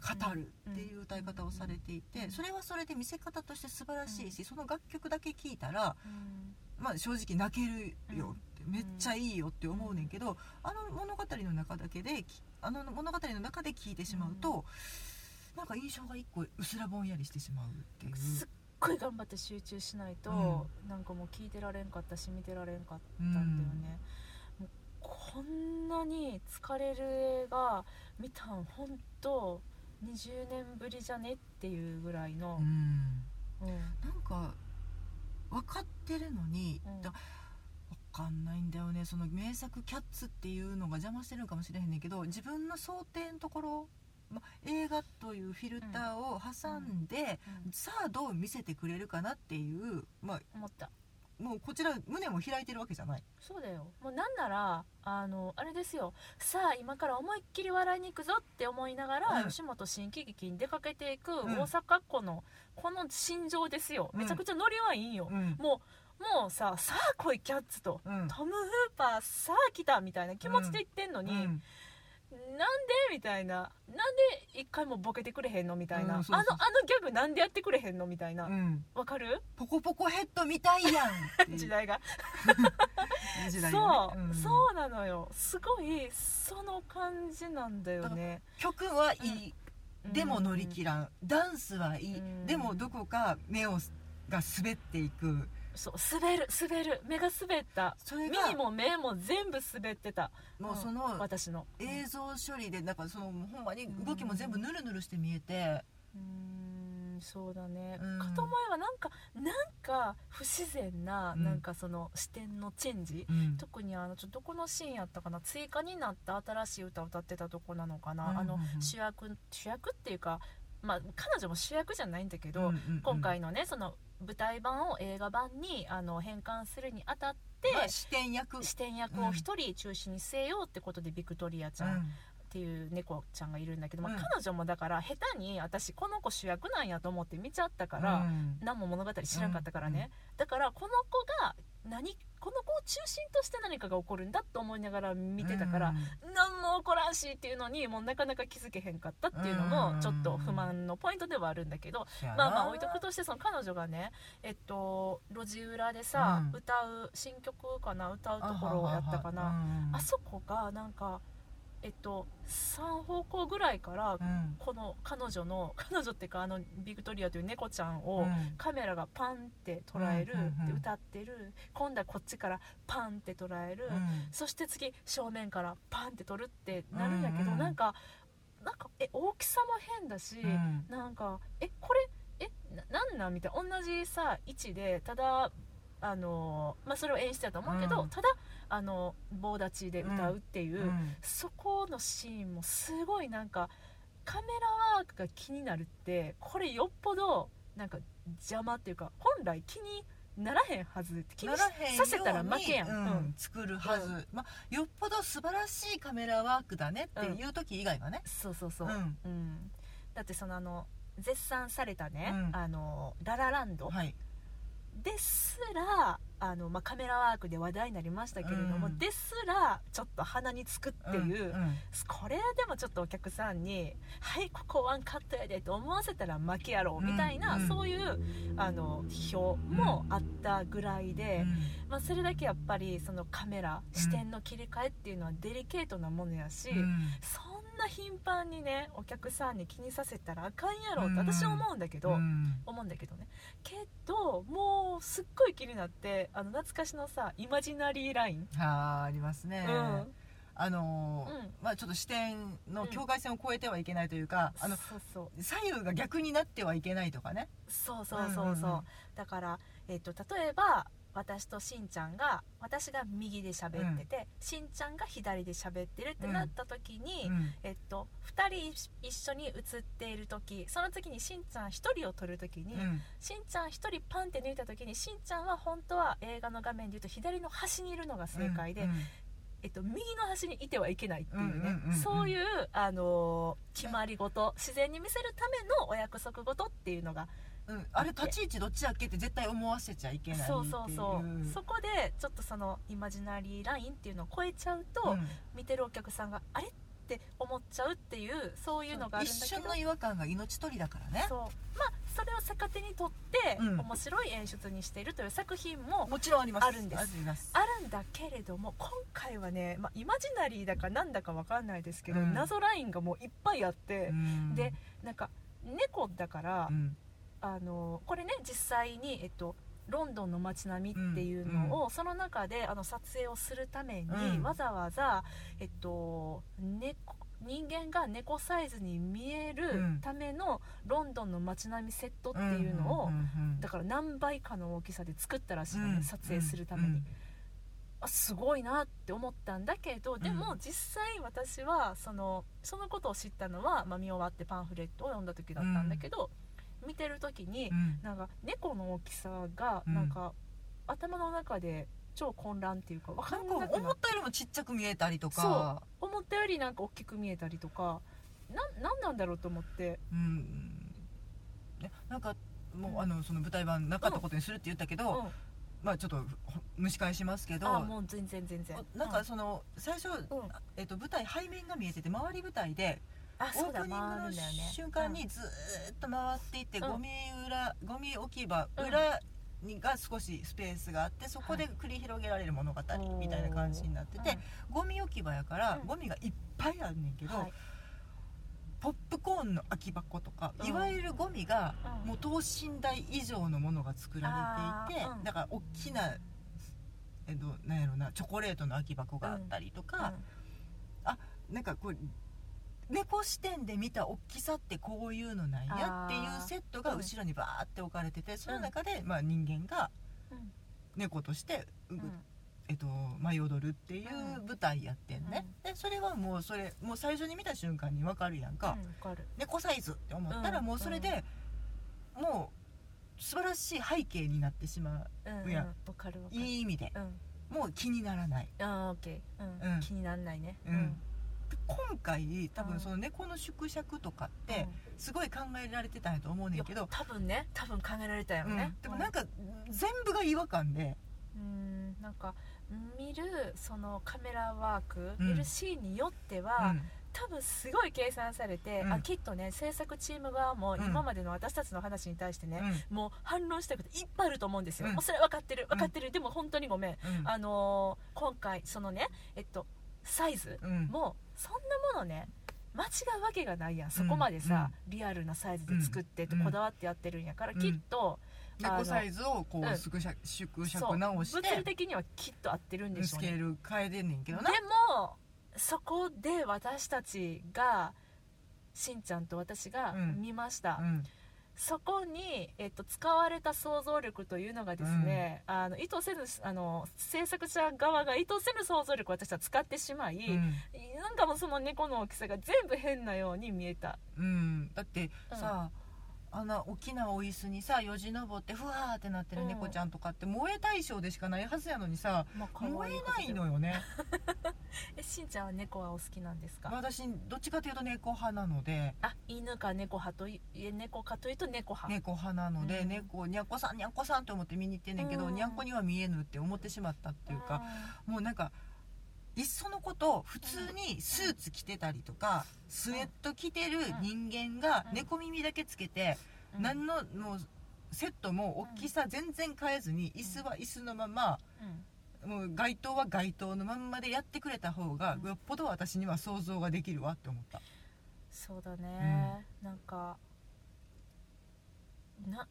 Speaker 2: 語るっていう歌い方をされてい
Speaker 1: うん
Speaker 2: てそれはそれで見せ方として素晴らしいしその楽曲だけ聴いたら、
Speaker 1: うん
Speaker 2: まあ、正直泣けるよってめっちゃいいよって思うねんけどあの物語の中だけできあの物語の中で聴いてしまうとなんか印象が一個うすらぼんやりしてしまうっていう。
Speaker 1: すっごい頑張って集中しないと、なんかもう聞いてられんかったし見てられんかったんだよね、もうこんなに疲れる映画見たんほんと20年ぶりじゃねっていうぐらいの
Speaker 2: う、ん
Speaker 1: うん
Speaker 2: なんか分かってるのに、
Speaker 1: うん
Speaker 2: だ分かんないんだよねその名作「キャッツ」っていうのが邪魔してるのかもしれへんねんけど自分の想定のところ、ま、映画というフィルターを挟んで、さあどう見せてくれるかなっていう、まあ、
Speaker 1: 思った
Speaker 2: もうこちら胸も開いてるわけじゃない。
Speaker 1: そうだよもうなんならあのあれですよさあ今から思いっきり笑いに行くぞって思いながら、
Speaker 2: うん
Speaker 1: 吉本新喜劇に出かけていく
Speaker 2: ん
Speaker 1: 大阪っ子のこの心情ですよ、
Speaker 2: うん
Speaker 1: めちゃくちゃノリはいいんよ、
Speaker 2: うん
Speaker 1: もうもうささあ来いキャッツと
Speaker 2: うん
Speaker 1: トム・フーパーさあ来たみたいな気持ちで言ってんのに、
Speaker 2: う
Speaker 1: なんで
Speaker 2: ん
Speaker 1: みたいななんで一回もボケてくれへんのみたいな、
Speaker 2: うんそうそうそう
Speaker 1: あのあのギャグなんでやってくれへんのみたいなわ、
Speaker 2: うん
Speaker 1: かる
Speaker 2: ポコポコヘッド見たいやんっていう
Speaker 1: 時代が
Speaker 2: いい (laughs) 時代よ
Speaker 1: そ
Speaker 2: ね
Speaker 1: う、
Speaker 2: ん
Speaker 1: そうなのよすごいその感じなんだよね
Speaker 2: 曲はいい、でも乗り
Speaker 1: る、
Speaker 2: 切らん、ダンスはいい、
Speaker 1: うん
Speaker 2: でもどこか目をが滑っていく
Speaker 1: そう滑る滑る目が滑った
Speaker 2: それが
Speaker 1: 耳も目も全部滑ってた
Speaker 2: もうその
Speaker 1: 私の
Speaker 2: 映像処理でなんかそのほんまに動きも全部ヌルヌルして見えて、
Speaker 1: うーんそうだね、
Speaker 2: うん
Speaker 1: かと思えばなんかなんか不自然な、
Speaker 2: うん
Speaker 1: なんかその視点のチェンジ、
Speaker 2: うん
Speaker 1: 特にあのちょっとどこのシーンやったかな追加になった新しい歌を歌ってたとこなのかな、
Speaker 2: うん
Speaker 1: あ
Speaker 2: う
Speaker 1: の
Speaker 2: んうん
Speaker 1: 主役主役っていうかまあ彼女も主役じゃないんだけど、
Speaker 2: うんうんうん
Speaker 1: 今回のねその舞台版を映画版にあの変換するにあたって、
Speaker 2: まあ視点役
Speaker 1: 視点役を一人中心に据えようってことでビクトリアちゃんっていう猫ちゃんがいるんだけど、まあ
Speaker 2: うん
Speaker 1: 彼女もだから下手に私この子主役なんやと思って見ちゃったか、
Speaker 2: から
Speaker 1: 何も物語知らんかったからね、だからこの子が何この子を中心として何かが起こるんだと思いながら見てたから、何も起こらんしっていうのにもうなかなか気づけへんかったっていうのもちょっと不満のポイントではあるんだけど、まあまあ置いとくとしてその彼女がねえっと路地裏でさ、
Speaker 2: うん
Speaker 1: 歌う新曲かな歌うところやったかなあ
Speaker 2: あ
Speaker 1: そこがなんかえっと3方向ぐらいから
Speaker 2: うん
Speaker 1: この彼女の (laughs) 彼女っていうかあのビクトリアという猫ちゃん
Speaker 2: う
Speaker 1: を
Speaker 2: ん
Speaker 1: カメラがパンって捉える、
Speaker 2: うんうんうん
Speaker 1: で歌ってる今度はこっちからパンって捉える、
Speaker 2: うん
Speaker 1: そして次正面からパンって撮るってなるんやけど、
Speaker 2: うんうん
Speaker 1: なんかなんかえ大きさも変だし、
Speaker 2: うん
Speaker 1: なんかえこれえななんなんみたいな同じさ位置でただあのーまあそれを演出やと思うけど、
Speaker 2: うん
Speaker 1: ただあの棒立ちで歌うっていう、
Speaker 2: うん
Speaker 1: そこのシーンもすごいなんかカメラワークが気になるってこれよっぽどなんか邪魔っていうか本来気にならへんはず気に
Speaker 2: な
Speaker 1: し
Speaker 2: らへんように
Speaker 1: させたら負けやん、
Speaker 2: う
Speaker 1: うん
Speaker 2: 作るはず、
Speaker 1: うん
Speaker 2: まあ、よっぽど素晴らしいカメラワークだねっていう時以外はね、
Speaker 1: そうそうそうう、
Speaker 2: ん
Speaker 1: うんだってそのあの絶賛されたね、
Speaker 2: うん
Speaker 1: あのララランド
Speaker 2: はい、
Speaker 1: ですらあの、まあ、カメラワークで話題になりましたけれども、
Speaker 2: うん
Speaker 1: ですらちょっと鼻につくっていう、
Speaker 2: んん
Speaker 1: これでもちょっとお客さんに「はいここワンカットやで」と思わせたら負けやろうみたいな、
Speaker 2: うん
Speaker 1: そういうあの批評もあったぐらいで、まあ、それだけやっぱりそのカメラ視点の切り替えっていうのはデリケートなものやし。
Speaker 2: うん
Speaker 1: そんな頻繁にねお客さんに気にさせたらあかんやろって
Speaker 2: うん
Speaker 1: 私は思うんだけど、
Speaker 2: うん
Speaker 1: 思うんだけどねけどもうすっごい気になってあの懐かしのさイマジナリーライン、
Speaker 2: あーありますね、
Speaker 1: うん
Speaker 2: あのー
Speaker 1: うん
Speaker 2: まあ、ちょっと視点の境界線を越えてはいけないというか、あの
Speaker 1: そうそう
Speaker 2: 左右が逆になってはいけないとかね
Speaker 1: そうそうそうそう、
Speaker 2: うんうんうん
Speaker 1: だから、えっと例えば私としんちゃんが私が右で喋ってて、しんちゃんが左で喋ってるってなった時に、
Speaker 2: うん
Speaker 1: えっと、2人一一緒に写っている時その次にしんちゃん1人を撮る時に、
Speaker 2: うん
Speaker 1: しんちゃん1人パンって抜いた時にしんちゃんは本当は映画の画面でいうと左の端にいるのが正解で、
Speaker 2: うん
Speaker 1: えっと、右の端にいてはいけないっていうね、
Speaker 2: うんうんうんうん
Speaker 1: そういう、あのー決まり事自然に見せるためのお約束事っていうのが
Speaker 2: うんうんあれ立ち位置どっちだっけって絶対思わせちゃいけないってい
Speaker 1: そうそうそう、
Speaker 2: ん
Speaker 1: そこでちょっとそのイマジナリーラインっていうのを超えちゃうと、
Speaker 2: うん
Speaker 1: 見てるお客さんがあれって思っちゃうっていうそういうのがあるん
Speaker 2: 一
Speaker 1: だけど
Speaker 2: 瞬の違和感が命取りだからね
Speaker 1: そうまあそれを逆手にとって、
Speaker 2: うん
Speaker 1: 面白い演出にしているという作品も
Speaker 2: もちろんあります
Speaker 1: あるんです
Speaker 2: あります
Speaker 1: あるんだけれども今回はね、まあ、イマジナリーだかなんだかわかんないですけど、
Speaker 2: うん
Speaker 1: 謎ラインがもういっぱいあって、
Speaker 2: うん
Speaker 1: でなんか猫だから、
Speaker 2: うん
Speaker 1: あのこれね実際に、えっと、ロンドンの街並みっていうのを、その中であの撮影をするために、
Speaker 2: うん
Speaker 1: わざわざ、えっと、猫人間が猫サイズに見え
Speaker 2: う
Speaker 1: る
Speaker 2: ん
Speaker 1: ためのロンドンの街並みセットっていうのを、
Speaker 2: んうんうん
Speaker 1: だから何倍かの大きさで作ったらしいのね、
Speaker 2: うん
Speaker 1: 撮影するために、
Speaker 2: うん
Speaker 1: あすごいなって思ったんだけどでも実際私はそのそのことを知ったのは、まあ、見終わってパンフレットを読んだ時だったんだけど、見てる時に、
Speaker 2: うん
Speaker 1: なんか猫の大きさが
Speaker 2: うん
Speaker 1: なんか、頭の中で超混乱っていうか分かん
Speaker 2: な
Speaker 1: なん
Speaker 2: か
Speaker 1: く
Speaker 2: 思
Speaker 1: なっ
Speaker 2: ったよりもちっちゃく見えたりとか
Speaker 1: そ思ったよりなんか大きく見えたりとかなんなんなんだろうと思って
Speaker 2: うんねなんかもう、
Speaker 1: うん
Speaker 2: あのその舞台版なかったことにするって言ったけど、
Speaker 1: うん
Speaker 2: まあちょっとほ蒸し返しますけど
Speaker 1: あもう全然全然
Speaker 2: なんか
Speaker 1: う
Speaker 2: その最初、
Speaker 1: ん
Speaker 2: えっと舞台背面が見えてて周り舞台で
Speaker 1: あ
Speaker 2: オ
Speaker 1: そ
Speaker 2: ー
Speaker 1: うだ
Speaker 2: プニング
Speaker 1: 回る
Speaker 2: の
Speaker 1: んだよね
Speaker 2: 瞬間にずーっと回っていって、
Speaker 1: うん
Speaker 2: ゴミ裏ゴミ置き場
Speaker 1: うん
Speaker 2: 裏にが少しスペースがあってそこで繰り広げられる物語みたいな感じになってて、ゴミ置き場やから、
Speaker 1: うん
Speaker 2: ゴミがいっぱいあんねんけ
Speaker 1: うん
Speaker 2: ど、
Speaker 1: はい
Speaker 2: ポップコーンの空き箱とか、
Speaker 1: うん
Speaker 2: いわゆるゴミが
Speaker 1: うん
Speaker 2: もう等身大以上のものが作られていて
Speaker 1: あ、ーうん
Speaker 2: だから大きな、えっと、なんやろなチョコレートの空き箱があったりとか、なんかこう猫視点で見た大きさってこういうのなんやってい
Speaker 1: あー
Speaker 2: うセットが
Speaker 1: うん
Speaker 2: 後ろにバーって置かれてて、その中で、まあ、人間が
Speaker 1: うんうん
Speaker 2: 猫として、
Speaker 1: うん
Speaker 2: えっと、舞い踊るっていう舞台やってんね、でそれはもうそれもう最初に見た瞬間に分かるやんか、
Speaker 1: うんわかる
Speaker 2: 猫サイズって思ったら
Speaker 1: うん
Speaker 2: もうそれで、もう素晴らしい背景になってしまう
Speaker 1: うんうん
Speaker 2: いや
Speaker 1: わかるわかる
Speaker 2: いい意味で
Speaker 1: うん
Speaker 2: もう気にならない、
Speaker 1: あーオッケーう
Speaker 2: うんん
Speaker 1: 気になんないね
Speaker 2: うんで今回多
Speaker 1: うん
Speaker 2: 分その猫の縮尺とかっ
Speaker 1: うん
Speaker 2: てすごい考えられてたんやと思うねんけ
Speaker 1: いや
Speaker 2: ど、
Speaker 1: 多分ね多分考えられたよ
Speaker 2: うん
Speaker 1: ね
Speaker 2: でもなんか全部が違和感で、
Speaker 1: うんなんか見るそのカメラワーク、
Speaker 2: うん
Speaker 1: 見るシーンによっては、多分すごい計算されて、
Speaker 2: うん
Speaker 1: あきっとね制作チーム側も
Speaker 2: うん
Speaker 1: 今までの私たちの話に対してね、
Speaker 2: うん
Speaker 1: もう反論したいこといっぱいあると思うんですよ、
Speaker 2: うん
Speaker 1: もうそれは分かってる分かってる、でも本当にごめん、
Speaker 2: うん
Speaker 1: あのー今回そのねえっとサイズ
Speaker 2: うん
Speaker 1: もうそんなものね間違うわけがないやんそこまでさ、リアルなサイズで作ってって
Speaker 2: うん
Speaker 1: こだわってやってるんやから、
Speaker 2: うん
Speaker 1: きっとあの
Speaker 2: 猫サイズを
Speaker 1: う
Speaker 2: こ
Speaker 1: ん
Speaker 2: う縮尺縮
Speaker 1: そう
Speaker 2: 尺直し
Speaker 1: 物理
Speaker 2: て、
Speaker 1: 的にはきっと合ってるんでしょ
Speaker 2: ス
Speaker 1: うね
Speaker 2: ケール変えてんねんけ
Speaker 1: で
Speaker 2: どな、
Speaker 1: もそこで私たちがしんちゃんと私が
Speaker 2: うん
Speaker 1: 見ました、
Speaker 2: うん
Speaker 1: そこに、えっと、使われた想像力というのがですね、あの意図せぬあの制作者側が意図せぬ想像力を私は使ってしまい、
Speaker 2: うん
Speaker 1: なんかもうその猫の大きさが全部変なように見えた、
Speaker 2: うんだって
Speaker 1: うん
Speaker 2: さ、あんな大きなお椅子にさよじ登ってふわーってなってる猫ちゃんとかって萌え対象でしかないはずやのにさ
Speaker 1: まあ可愛
Speaker 2: 燃
Speaker 1: い
Speaker 2: え
Speaker 1: こと
Speaker 2: な
Speaker 1: で
Speaker 2: いのよね
Speaker 1: えしんちゃんは猫はお好きなんですか、
Speaker 2: 私どっちかというと猫派なので
Speaker 1: あ犬か猫派といえ猫かというと猫派、
Speaker 2: 猫派なので、
Speaker 1: うん
Speaker 2: 猫にゃんこさんにゃんこさんと思って見に行ってんねんけど、
Speaker 1: うん
Speaker 2: にゃんこには見えぬって思ってしまったっていうか、もうなんかいっそのこと普通にスーツ着てたりとか、スウェット着てる人間が
Speaker 1: うん
Speaker 2: 猫耳だけつけて、
Speaker 1: うん、うん、
Speaker 2: 何のもうセットも大きさ全然変えずに、椅子は椅子のまま。もう街灯は街灯のまんまでやってくれた方が
Speaker 1: うん
Speaker 2: よっぽど私には想像ができるわって思った、
Speaker 1: そうだね、なんかな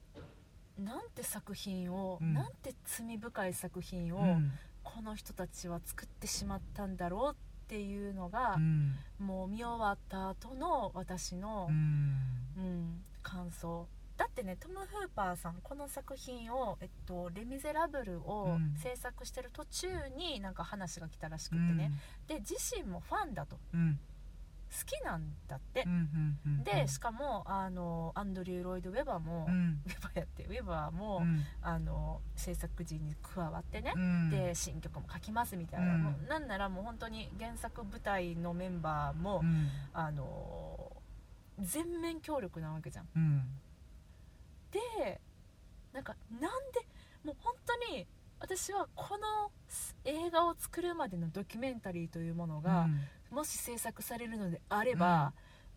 Speaker 1: なんて作品を、
Speaker 2: うん
Speaker 1: なんて罪深い作品を、
Speaker 2: うん
Speaker 1: この人たちは作ってしまったんだろうっていうのが
Speaker 2: う、ん
Speaker 1: もう見終わった後の私の
Speaker 2: う、ん
Speaker 1: うん感想だってねトム・フーパーさんこの作品を「えっと、レ・ミゼラブル」を
Speaker 2: うん
Speaker 1: 制作してる途中になんか話が来たらしく
Speaker 2: う
Speaker 1: て
Speaker 2: ん
Speaker 1: ね、で自身もファンだと好
Speaker 2: うん
Speaker 1: きなんだって
Speaker 2: う、んうん
Speaker 1: でしかもあのアンドリュー・ロイド・ウェバーも、
Speaker 2: う
Speaker 1: ウ
Speaker 2: ん
Speaker 1: ェバーやってウェバーも、
Speaker 2: うん
Speaker 1: あの制作陣に加わってね
Speaker 2: う、ん
Speaker 1: で新曲も書きますみたいな、
Speaker 2: うん
Speaker 1: もうなんならもう本当に原作舞台のメンバーも、
Speaker 2: うん
Speaker 1: あの全面協力なわけじゃん。
Speaker 2: うん
Speaker 1: でなんかなんでもう本当に私はこの映画を作るまでのドキュメンタリーというものが、もし制作されるのであれば、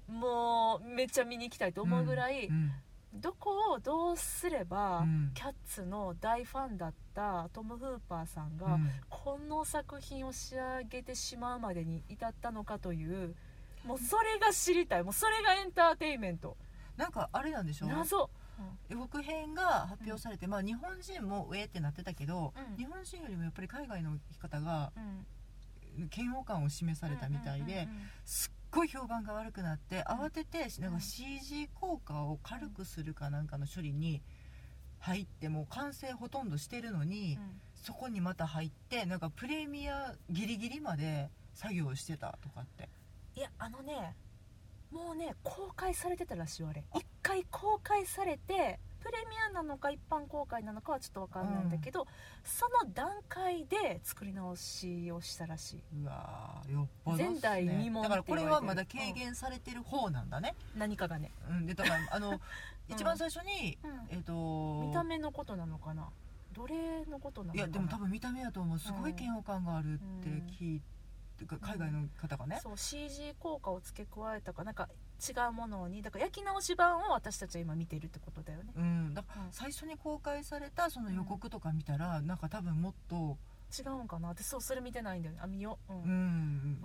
Speaker 1: もうめっちゃ見に行きたいと思うぐらい、
Speaker 2: うん
Speaker 1: どこをどうすれば、
Speaker 2: うん
Speaker 1: キャッツの大ファンだったトム・フーパーさんが、
Speaker 2: うん
Speaker 1: この作品を仕上げてしまうまでに至ったのかというもうそれが知りたいもうそれがエンターテインメント
Speaker 2: なんかあれなんでしょ
Speaker 1: 謎、
Speaker 2: 予告編が発表されて、まあ日本人もええってなってたけど、
Speaker 1: うん
Speaker 2: 日本人よりもやっぱり海外の方が
Speaker 1: うん、
Speaker 2: 嫌悪感を示されたみたいで、すっごい評判が悪くなって慌ててなんか CG 効果を軽くするかなんかの処理に入ってもう完成ほとんどしてるのに、
Speaker 1: うんうんうんうん
Speaker 2: そこにまた入ってなんかプレミアギリギリまで作業してたとかって
Speaker 1: いやあのねもうね公開されてたらしいよあれ一回公開されてプレミアなのか一般公開なのかはちょっとわかんないんだけど、その段階で作り直しをしたらしいう
Speaker 2: わーよっぽどっすね
Speaker 1: 前代未聞って言われてる
Speaker 2: だからこれはまだ軽減されてる方なんだね、
Speaker 1: 何かがね、
Speaker 2: うん、でだから
Speaker 1: (laughs)
Speaker 2: あの、一番最初にえっ、と
Speaker 1: 見た目のことなのかな奴隷のことなのかない
Speaker 2: やでも多分見た目やと思うすごい嫌悪感があるって聞いて、か海外の方がね、
Speaker 1: そう CG 効果を付け加えたかなんか違うものにだから焼き直し版を私たちは今見てるってことだよね、
Speaker 2: うんだから
Speaker 1: うん
Speaker 2: 最初に公開されたその予告とか見たら、なんか多分もっと、
Speaker 1: 違うんかな私そうそれ見てないんだよねあ見ようう
Speaker 2: うん
Speaker 1: ん、う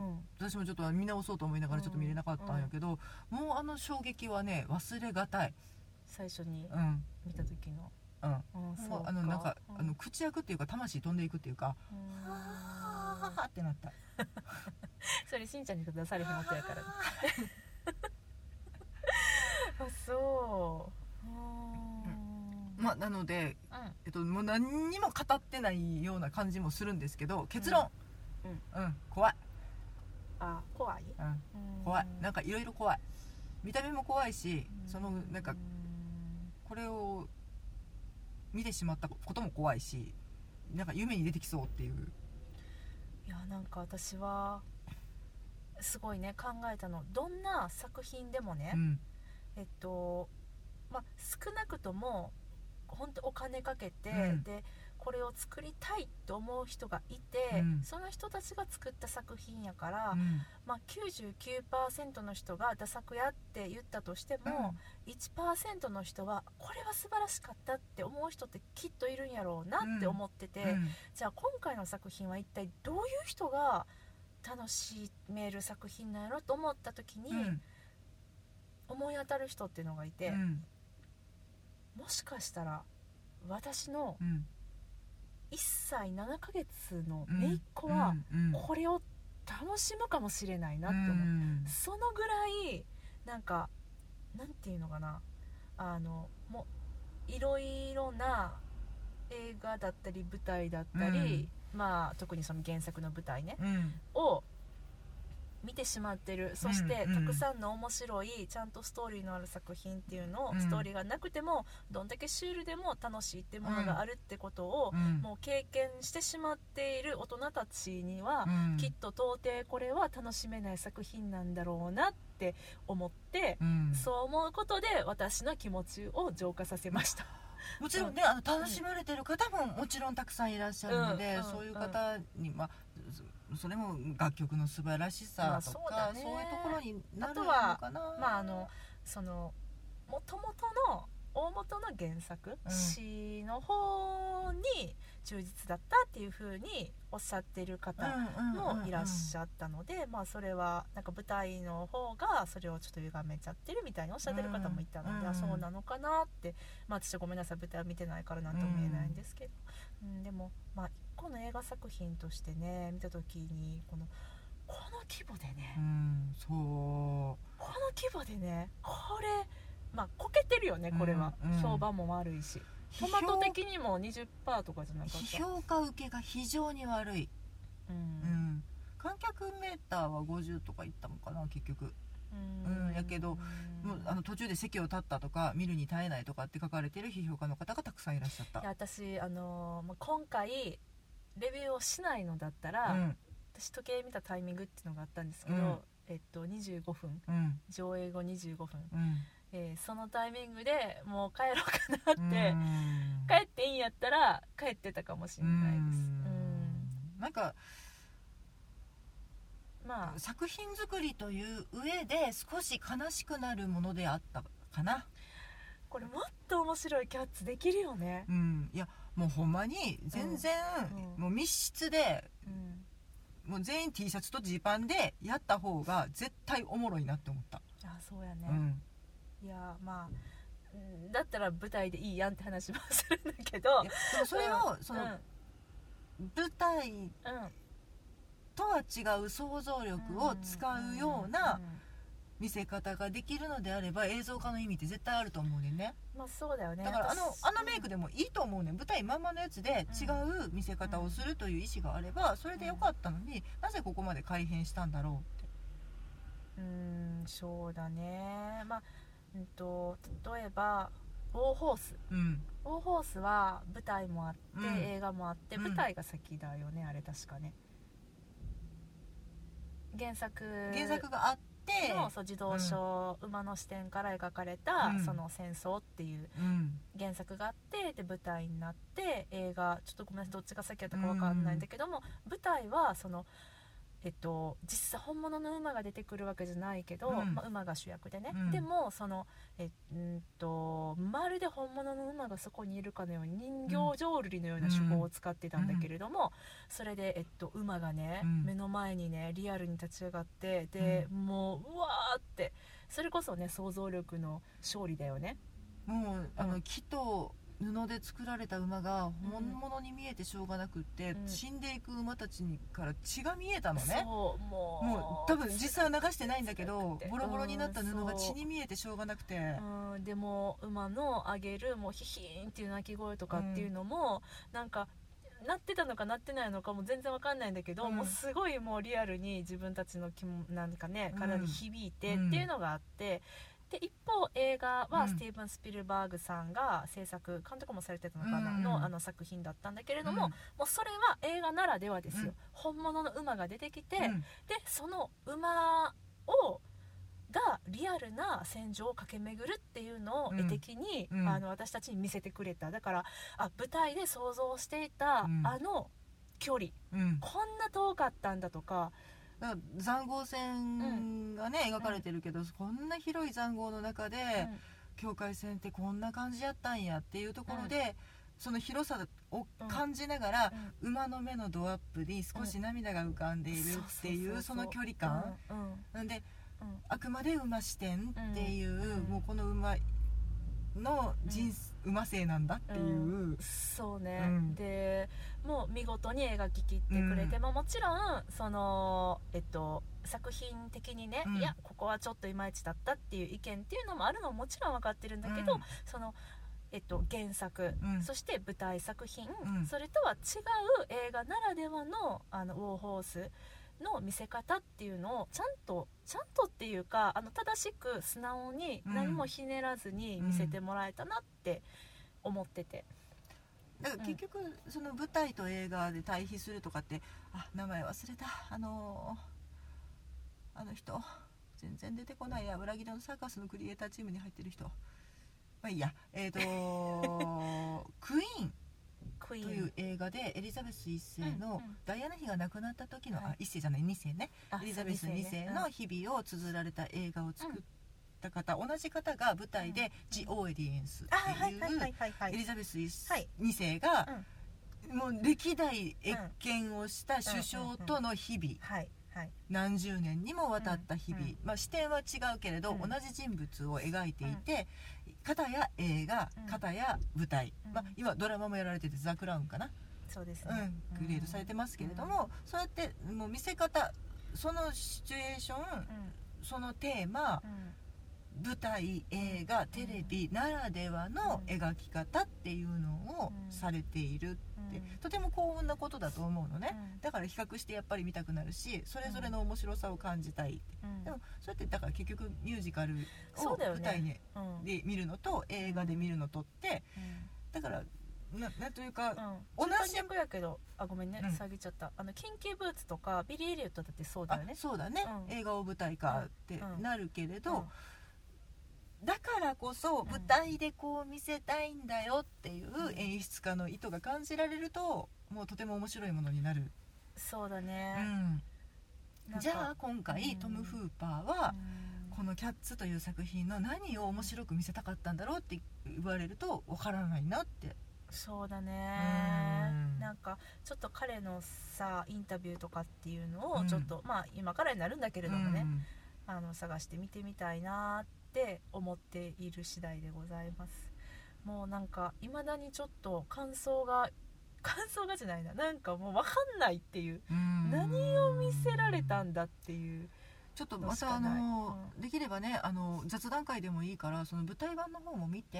Speaker 1: ん
Speaker 2: 私もちょっと見直そうと思いながらちょっと見れなかったんやけど、もうあの衝撃はね忘れがたい、
Speaker 1: 最初に
Speaker 2: うん
Speaker 1: 見た時の、
Speaker 2: うん、
Speaker 1: うん、
Speaker 2: もうあのなんか、
Speaker 1: うん
Speaker 2: あの口開くっていうか魂飛んでいくっていうか、
Speaker 1: うん
Speaker 2: はあはあはあってなった
Speaker 1: (laughs) それしんちゃんに出されへん音やからあそううん
Speaker 2: (laughs) まあなので、
Speaker 1: うん
Speaker 2: えっと、もう何にも語ってないような感じもするんですけど結論
Speaker 1: うん
Speaker 2: うん、怖い、
Speaker 1: あ怖い
Speaker 2: うん、
Speaker 1: うん
Speaker 2: 怖いなんかいろいろ怖い見た目も怖いし
Speaker 1: うん
Speaker 2: そのなん
Speaker 1: う
Speaker 2: か
Speaker 1: ん
Speaker 2: これを見てしまったことも怖いしなんか夢に出てきそうっていう
Speaker 1: いやなんか私はすごいね考えたのどんな作品でもね、
Speaker 2: うん
Speaker 1: えっとまあ少なくとも本当お金かけて、
Speaker 2: うん
Speaker 1: でこれを作りたいと思う人がいて、
Speaker 2: うん
Speaker 1: その人たちが作った作品やから、
Speaker 2: うん
Speaker 1: まあ、99%の人が「ダ作や」って言ったとしても、1%の人はこれは素晴らしかったって思う人ってきっといるんやろうなって思ってて、
Speaker 2: うん
Speaker 1: じゃあ今回の作品は一体どういう人が楽しめる作品なんやろと思った時に
Speaker 2: うん
Speaker 1: 思い当たる人っていうのがいて、
Speaker 2: うん
Speaker 1: もしかしたら私の
Speaker 2: うん
Speaker 1: 1歳7ヶ月の
Speaker 2: うん
Speaker 1: 姪っ子は
Speaker 2: うんうん
Speaker 1: これを楽しむかもしれないなって思
Speaker 2: う
Speaker 1: って、
Speaker 2: ん
Speaker 1: そのぐらいなんかなんていうのかなあのもういろいろな映画だったり舞台だったり、まあ特にその原作の舞台ね、
Speaker 2: うん
Speaker 1: を見てしまってるそして、
Speaker 2: うんうん
Speaker 1: たくさんの面白いちゃんとストーリーのある作品っていうのを、
Speaker 2: うん
Speaker 1: ストーリーがなくてもどんだけシュールでも楽しいってものがあるってことを
Speaker 2: う、ん
Speaker 1: もう経験してしまっている大人たちには、
Speaker 2: うん
Speaker 1: きっと到底これは楽しめない作品なんだろうなって思って、
Speaker 2: うん
Speaker 1: そう思うことで私の気持ちを浄化させました。
Speaker 2: もちろんねあの楽しまれてる方ももちろんたくさんいらっしゃるの
Speaker 1: う
Speaker 2: で、
Speaker 1: んうん
Speaker 2: そういう方に、まあ、そそれも楽曲の素晴らしさとか、
Speaker 1: まあそうだね
Speaker 2: そういうところになるの
Speaker 1: あ
Speaker 2: かな
Speaker 1: まああのその元々の大元の原作、
Speaker 2: うん
Speaker 1: 詩の方に忠実だったっていう風におっしゃってる方もいらっし
Speaker 2: ゃ
Speaker 1: ゃったので、まあそれはなんか舞台の方がそれをちょっと歪めちゃってるみたいにおっしゃってる方もいたので、
Speaker 2: うん
Speaker 1: あそうなのかなってまあ私はごめんなさい舞台は見てないからなんとも言えないんですけど、うんでもまあ一個の映画作品としてね見た時にこのこの規模でね、
Speaker 2: うん、そう
Speaker 1: この規模でねこれまあこけてるよねこれは、
Speaker 2: うんうん
Speaker 1: 評判も悪いしトマト的にも20%とかじゃなかっ
Speaker 2: 批
Speaker 1: た、
Speaker 2: 評価受けが非常に悪い、
Speaker 1: う
Speaker 2: うんん、観客メーターは50とかいったのかな結局、うんやけどもうあの途中で席を立ったとか見るに耐えないとかって書かれてる批評家の方がたくさんいらっしゃっ
Speaker 1: い
Speaker 2: た
Speaker 1: や私、あのーまあ今回レビューをしないのだったら、
Speaker 2: うん
Speaker 1: 私時計見たタイミングっていうのがあったんですけど、
Speaker 2: うん
Speaker 1: えっと、25分
Speaker 2: うん
Speaker 1: 上映後25分、
Speaker 2: うん
Speaker 1: えーそのタイミングでもう帰ろうかなって、
Speaker 2: うん
Speaker 1: 帰っていいんやったら帰ってたかもしれないです、うん
Speaker 2: うんなんか
Speaker 1: まあ
Speaker 2: 作品作りという上で少し悲しくなるものであったかな、
Speaker 1: これもっと面白いキャッツできるよね、
Speaker 2: うん、いやもうほんまに全然、
Speaker 1: うん
Speaker 2: もう密室で
Speaker 1: うん、
Speaker 2: もう全員 T シャツとジーパンでやった方が絶対おもろいなって思った、
Speaker 1: あそうやね、
Speaker 2: うん
Speaker 1: いやまあうんだったら舞台でいいやんって話もするんだけど
Speaker 2: いやでもそれをその
Speaker 1: うん
Speaker 2: 舞台
Speaker 1: うん
Speaker 2: とは違う想像力を使うような見せ方ができるのであれば映像化の意味って絶対あると思うねんね
Speaker 1: まあそうだよね
Speaker 2: だからあの
Speaker 1: 私
Speaker 2: あのメイクでもいいと思うねん舞台まんまのやつで違う見せ方をするという意思があればそれでよかったのになぜここまで改変したんだろ
Speaker 1: う
Speaker 2: うって
Speaker 1: んそうだねまあうんと例えば「ウォーホース」
Speaker 2: うん
Speaker 1: 「ウォーホース」は舞台もあって、
Speaker 2: うん
Speaker 1: 映画もあって
Speaker 2: うん
Speaker 1: 舞台が先だよね、あれ確かね原作
Speaker 2: 原作があって
Speaker 1: のそう児童書、馬の視点から描かれた、
Speaker 2: うん
Speaker 1: その戦争っていう
Speaker 2: うん
Speaker 1: 原作があってで舞台になって映画ちょっとごめんなさいどっちが先やったかわかんないんだけども、舞台はその、えっと、実際本物の馬が出てくるわけじゃないけど、
Speaker 2: うん
Speaker 1: まあ、馬が主役でね、
Speaker 2: うん
Speaker 1: でもそのえうんとまるで本物の馬がそこにいるかのように人形浄瑠璃のような手法を使ってたんだけれども、それで、えっと、馬がね、
Speaker 2: うん
Speaker 1: 目の前にねリアルに立ち上がってで、もううわーってそれこそね想像力の勝利だよね。
Speaker 2: もうあ
Speaker 1: う
Speaker 2: の
Speaker 1: ん
Speaker 2: 木と布で作られた馬が本
Speaker 1: うん
Speaker 2: 物に見えてしょうがなくって、
Speaker 1: うん
Speaker 2: 死んでいく馬たちにから血が見えたのね
Speaker 1: そうもう
Speaker 2: もう多分実際は流してないんだけ
Speaker 1: 辛
Speaker 2: ど
Speaker 1: くて
Speaker 2: ボロボロになった布が
Speaker 1: うん
Speaker 2: 血
Speaker 1: そう
Speaker 2: に見えてしょうがなくて、
Speaker 1: うん、でも馬のあげるもうヒヒーンっていう鳴き声とかっていうのも、なんかなってたのかなってないのかも全然わかんないんだけど、
Speaker 2: うん
Speaker 1: もうすごいもうリアルに自分たちの気もなんかね
Speaker 2: うん
Speaker 1: 体に響いてっ
Speaker 2: うん
Speaker 1: ていうのがあって。で一方映画
Speaker 2: う
Speaker 1: は
Speaker 2: ん
Speaker 1: スティーブン・スピルバーグさんが制作監督もされてたのかな、
Speaker 2: うん
Speaker 1: のあの作品だったんだけれども、
Speaker 2: うん
Speaker 1: もうそれは映画ならではですよ、
Speaker 2: うん
Speaker 1: 本物の馬が出てきて、
Speaker 2: うん
Speaker 1: でその馬をがリアルな戦場を駆け巡るっていうのを
Speaker 2: うん
Speaker 1: 絵的に、
Speaker 2: うん
Speaker 1: あの私たちに見せてくれただからあ舞台で想像していた、
Speaker 2: うん
Speaker 1: あの距離
Speaker 2: うん
Speaker 1: こんな遠かったんだとか
Speaker 2: だから塹壕戦がね、描かれてるけど、こんな広い塹壕の中で、境界線ってこんな感じやったんやっていうところで、その広さを感じながら、馬の目のドアップに少し涙が浮かんでいるってい
Speaker 1: うん
Speaker 2: うその距離感、
Speaker 1: うんうん
Speaker 2: なんで
Speaker 1: うん
Speaker 2: あくまで馬視点っていう、
Speaker 1: うん
Speaker 2: もうこの馬の人、馬性なんだっていう、うん
Speaker 1: そうね、
Speaker 2: うん
Speaker 1: でもう見事に描ききってくれて、
Speaker 2: うん
Speaker 1: まあもちろんその、えっと、作品的にね、
Speaker 2: うん
Speaker 1: いやここはちょっといまいちだったっていう意見っていうのもあるのももちろん分かってるんだけど、その、えっと、原作、
Speaker 2: うん
Speaker 1: そして舞台作品、
Speaker 2: うん
Speaker 1: それとは違う映画ならではのあのウォーホースの見せ方っていうのをちゃんとちゃんとっていうかあの正しく素直に
Speaker 2: うん
Speaker 1: 何もひねらずに見せてもらえたなって思ってて、
Speaker 2: だから結局その舞台と映画で対比するとかってあ名前忘れたあのーあの人全然出てこないや裏切りのサーカスのクリエイターチームに入ってる人まあいいやえっ、と
Speaker 1: (laughs)
Speaker 2: クイーン
Speaker 1: クイー
Speaker 2: と
Speaker 1: ン
Speaker 2: いう映画でエリザベス一世
Speaker 1: う
Speaker 2: の
Speaker 1: んうん
Speaker 2: ダイアナ妃が亡くなった時の、
Speaker 1: は
Speaker 2: あ
Speaker 1: い
Speaker 2: 一世じゃない二世ね
Speaker 1: あ
Speaker 2: エリザベス2世の日々を綴られた映画を作った方、同じ方が舞台
Speaker 1: う
Speaker 2: で
Speaker 1: ん
Speaker 2: 「ジ・オーエディエンス」って
Speaker 1: あはい
Speaker 2: い
Speaker 1: はいは
Speaker 2: う
Speaker 1: いはいは
Speaker 2: エリ
Speaker 1: い
Speaker 2: ザベス
Speaker 1: はい
Speaker 2: 2世がもう歴代謁見をした首相との日々
Speaker 1: はいはい
Speaker 2: 何十年にもわたった日々
Speaker 1: うんうん
Speaker 2: まあ視点は違うけれど
Speaker 1: うん
Speaker 2: 同じ人物を描いていて片や映画
Speaker 1: うん
Speaker 2: 片や舞台
Speaker 1: うん
Speaker 2: まあ今ドラマもやられてて「ザ・クラウン」かな
Speaker 1: そうです
Speaker 2: う
Speaker 1: ね
Speaker 2: ん、グレードされてますけれども、そうやってもう見せ方そのシチュエーション
Speaker 1: うん
Speaker 2: そのテーマ
Speaker 1: うん
Speaker 2: 舞台映画テレビならではの
Speaker 1: うん
Speaker 2: 描き方っていうのを
Speaker 1: うん
Speaker 2: されているってとても幸運なことだと思うのねだから比較してやっぱり見たくなるしそれぞれの面白さを感じたいでもそれってだから結局ミュージカル
Speaker 1: そ
Speaker 2: を
Speaker 1: うだよね
Speaker 2: 舞台に
Speaker 1: うんうん
Speaker 2: で見るのと映画で見るのとってだからななんというか
Speaker 1: 同
Speaker 2: 同
Speaker 1: じ
Speaker 2: じ
Speaker 1: 逆やけどあごめんね、
Speaker 2: うん
Speaker 1: 下げちゃったあのキンキーブーツとかビリー・エリオットだってそうだ
Speaker 2: あ
Speaker 1: よね
Speaker 2: そうだね
Speaker 1: うん
Speaker 2: 映画を舞台化って
Speaker 1: うん
Speaker 2: なるけれ
Speaker 1: うん
Speaker 2: どだからこそ
Speaker 1: ん
Speaker 2: 舞台でこう見せたいんだよっていう演出家の意図が感じられるともうとても面白いものになる、
Speaker 1: そうだ
Speaker 2: う
Speaker 1: ね、
Speaker 2: ん、
Speaker 1: なんか
Speaker 2: じゃあ今
Speaker 1: う
Speaker 2: 回
Speaker 1: ん
Speaker 2: トム・フーパーは
Speaker 1: うん
Speaker 2: この「キャッツ」という作品の何を面白く見せたかったんだろうって言われるとわからないなって
Speaker 1: そうだね
Speaker 2: うん
Speaker 1: なんかちょっと彼のさインタビューとかっていうのを
Speaker 2: うん
Speaker 1: ちょっと、まあ今からになるんだけれどもね、
Speaker 2: うん
Speaker 1: あの探して見てみたいなって思っている次第でございますもうなんかいまだにちょっと感想が感想がじゃないななんかもう分かんないっていう
Speaker 2: うん
Speaker 1: 何を見せられたんだっていう
Speaker 2: ちょっと
Speaker 1: の
Speaker 2: ま
Speaker 1: しか
Speaker 2: たあ
Speaker 1: ない
Speaker 2: の、できればねあの雑談会でもいいからその舞台版の方も見て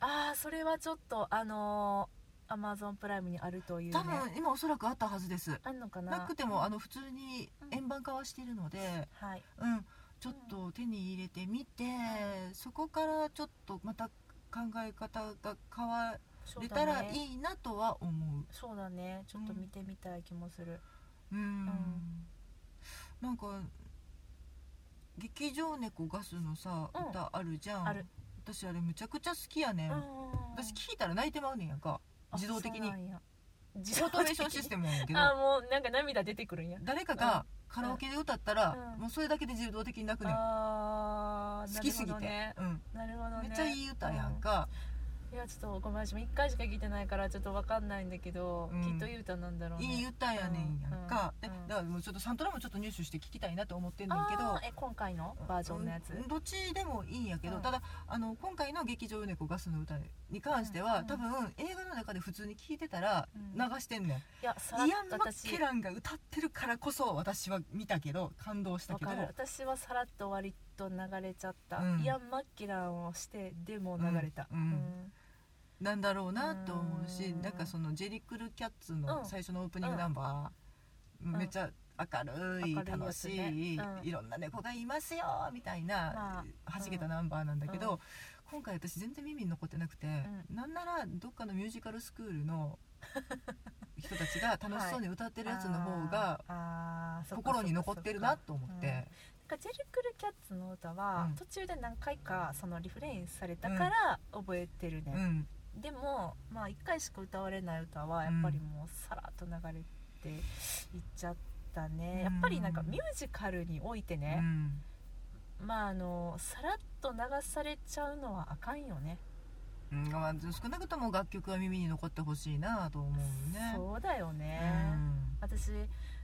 Speaker 1: ああそれはちょっとあのー、Amazon プライムにあるというね
Speaker 2: 多分今おそらくあったはずです
Speaker 1: あんのかな
Speaker 2: なくてもあの普通に
Speaker 1: うん
Speaker 2: 円盤化はしているので、
Speaker 1: はい
Speaker 2: うん、ちょっと手に入れてみて、そこからちょっとまた考え方が変わ
Speaker 1: そ
Speaker 2: れ
Speaker 1: う
Speaker 2: た
Speaker 1: だ
Speaker 2: ら
Speaker 1: ね
Speaker 2: いいなとは思う。
Speaker 1: そうだねちょっと見てみたい気もする、
Speaker 2: うん
Speaker 1: ん
Speaker 2: なんか劇場猫ガスのさ、
Speaker 1: うん
Speaker 2: 歌あるじゃん
Speaker 1: ある
Speaker 2: 私あれむちゃくちゃ好きやねん、私聞いたら泣いてまうねんやんか
Speaker 1: あ
Speaker 2: 自動的に
Speaker 1: そうなんや
Speaker 2: オートメーションシステムやねんけど
Speaker 1: あーもうなんか涙出てくるんや
Speaker 2: 誰かがカラオケで歌ったら、
Speaker 1: うん
Speaker 2: もうそれだけで自動的に泣くねん、
Speaker 1: あー
Speaker 2: 好きすぎて、うん、
Speaker 1: なるほどねなるほどね
Speaker 2: めっちゃいい歌やんか、
Speaker 1: うんいやちょっとごめん私も1回しか聞いてないからちょっと分かんないんだけど、
Speaker 2: うん
Speaker 1: きっといい歌なんだろうね
Speaker 2: いい歌やねんやんか、
Speaker 1: うんうん
Speaker 2: でだからもうちょっとサントラもちょっと入手して聞きたいなと思ってんねん
Speaker 1: あ
Speaker 2: けど
Speaker 1: ーえ今回のバージョンのやつ、
Speaker 2: うんどっちでもいいんやけど、
Speaker 1: うん
Speaker 2: ただあの今回の「劇場うねこガスの歌」に関して
Speaker 1: うん
Speaker 2: は、
Speaker 1: うん
Speaker 2: 多分映画の中で普通に聞いてたら
Speaker 1: うん
Speaker 2: 流してんねん、
Speaker 1: いやさらっ
Speaker 2: イ
Speaker 1: と
Speaker 2: アン・マッ
Speaker 1: 私
Speaker 2: ケランが歌ってるからこそ私は見たけど感動した
Speaker 1: わ
Speaker 2: けど
Speaker 1: かる私はさらっと割と流れちゃった、
Speaker 2: うん
Speaker 1: イアン・マッキランをしてでも流れた、
Speaker 2: うんうんなんだろうなと思うし
Speaker 1: うん
Speaker 2: なんかそのジェリクル・キャッツ
Speaker 1: うん
Speaker 2: の最初のオープニングナンバー、
Speaker 1: ん
Speaker 2: めっちゃ明るい
Speaker 1: 明るいやつね
Speaker 2: 楽しい、
Speaker 1: うん
Speaker 2: いろんな猫がいますよみたい
Speaker 1: ま
Speaker 2: な、
Speaker 1: あ
Speaker 2: はじけたナンバーなんだけど、
Speaker 1: うん
Speaker 2: 今回私全然耳に残ってなくて、
Speaker 1: ん
Speaker 2: なんならどっかのミュージカルスクールの人たちが楽しそうに歌ってるやつの方が
Speaker 1: あーそっか
Speaker 2: 心に残ってるなと思って、
Speaker 1: なんかジェルクルキャッツの歌は
Speaker 2: うん
Speaker 1: 途中で何回かそのリフレインされたから覚えてる
Speaker 2: う
Speaker 1: ね、
Speaker 2: ん、
Speaker 1: でもまあ1回しか歌われない歌はやっぱりもうさらっと流れていっちゃったね、
Speaker 2: うん
Speaker 1: やっぱりなんかミュージカルにおいて
Speaker 2: う
Speaker 1: ね、
Speaker 2: ん
Speaker 1: まああのさらっと流されちゃうのはあかんよね
Speaker 2: うんまあ少なくとも楽曲は耳に残ってほしいなと思うね。
Speaker 1: そうだよね、
Speaker 2: うん
Speaker 1: 私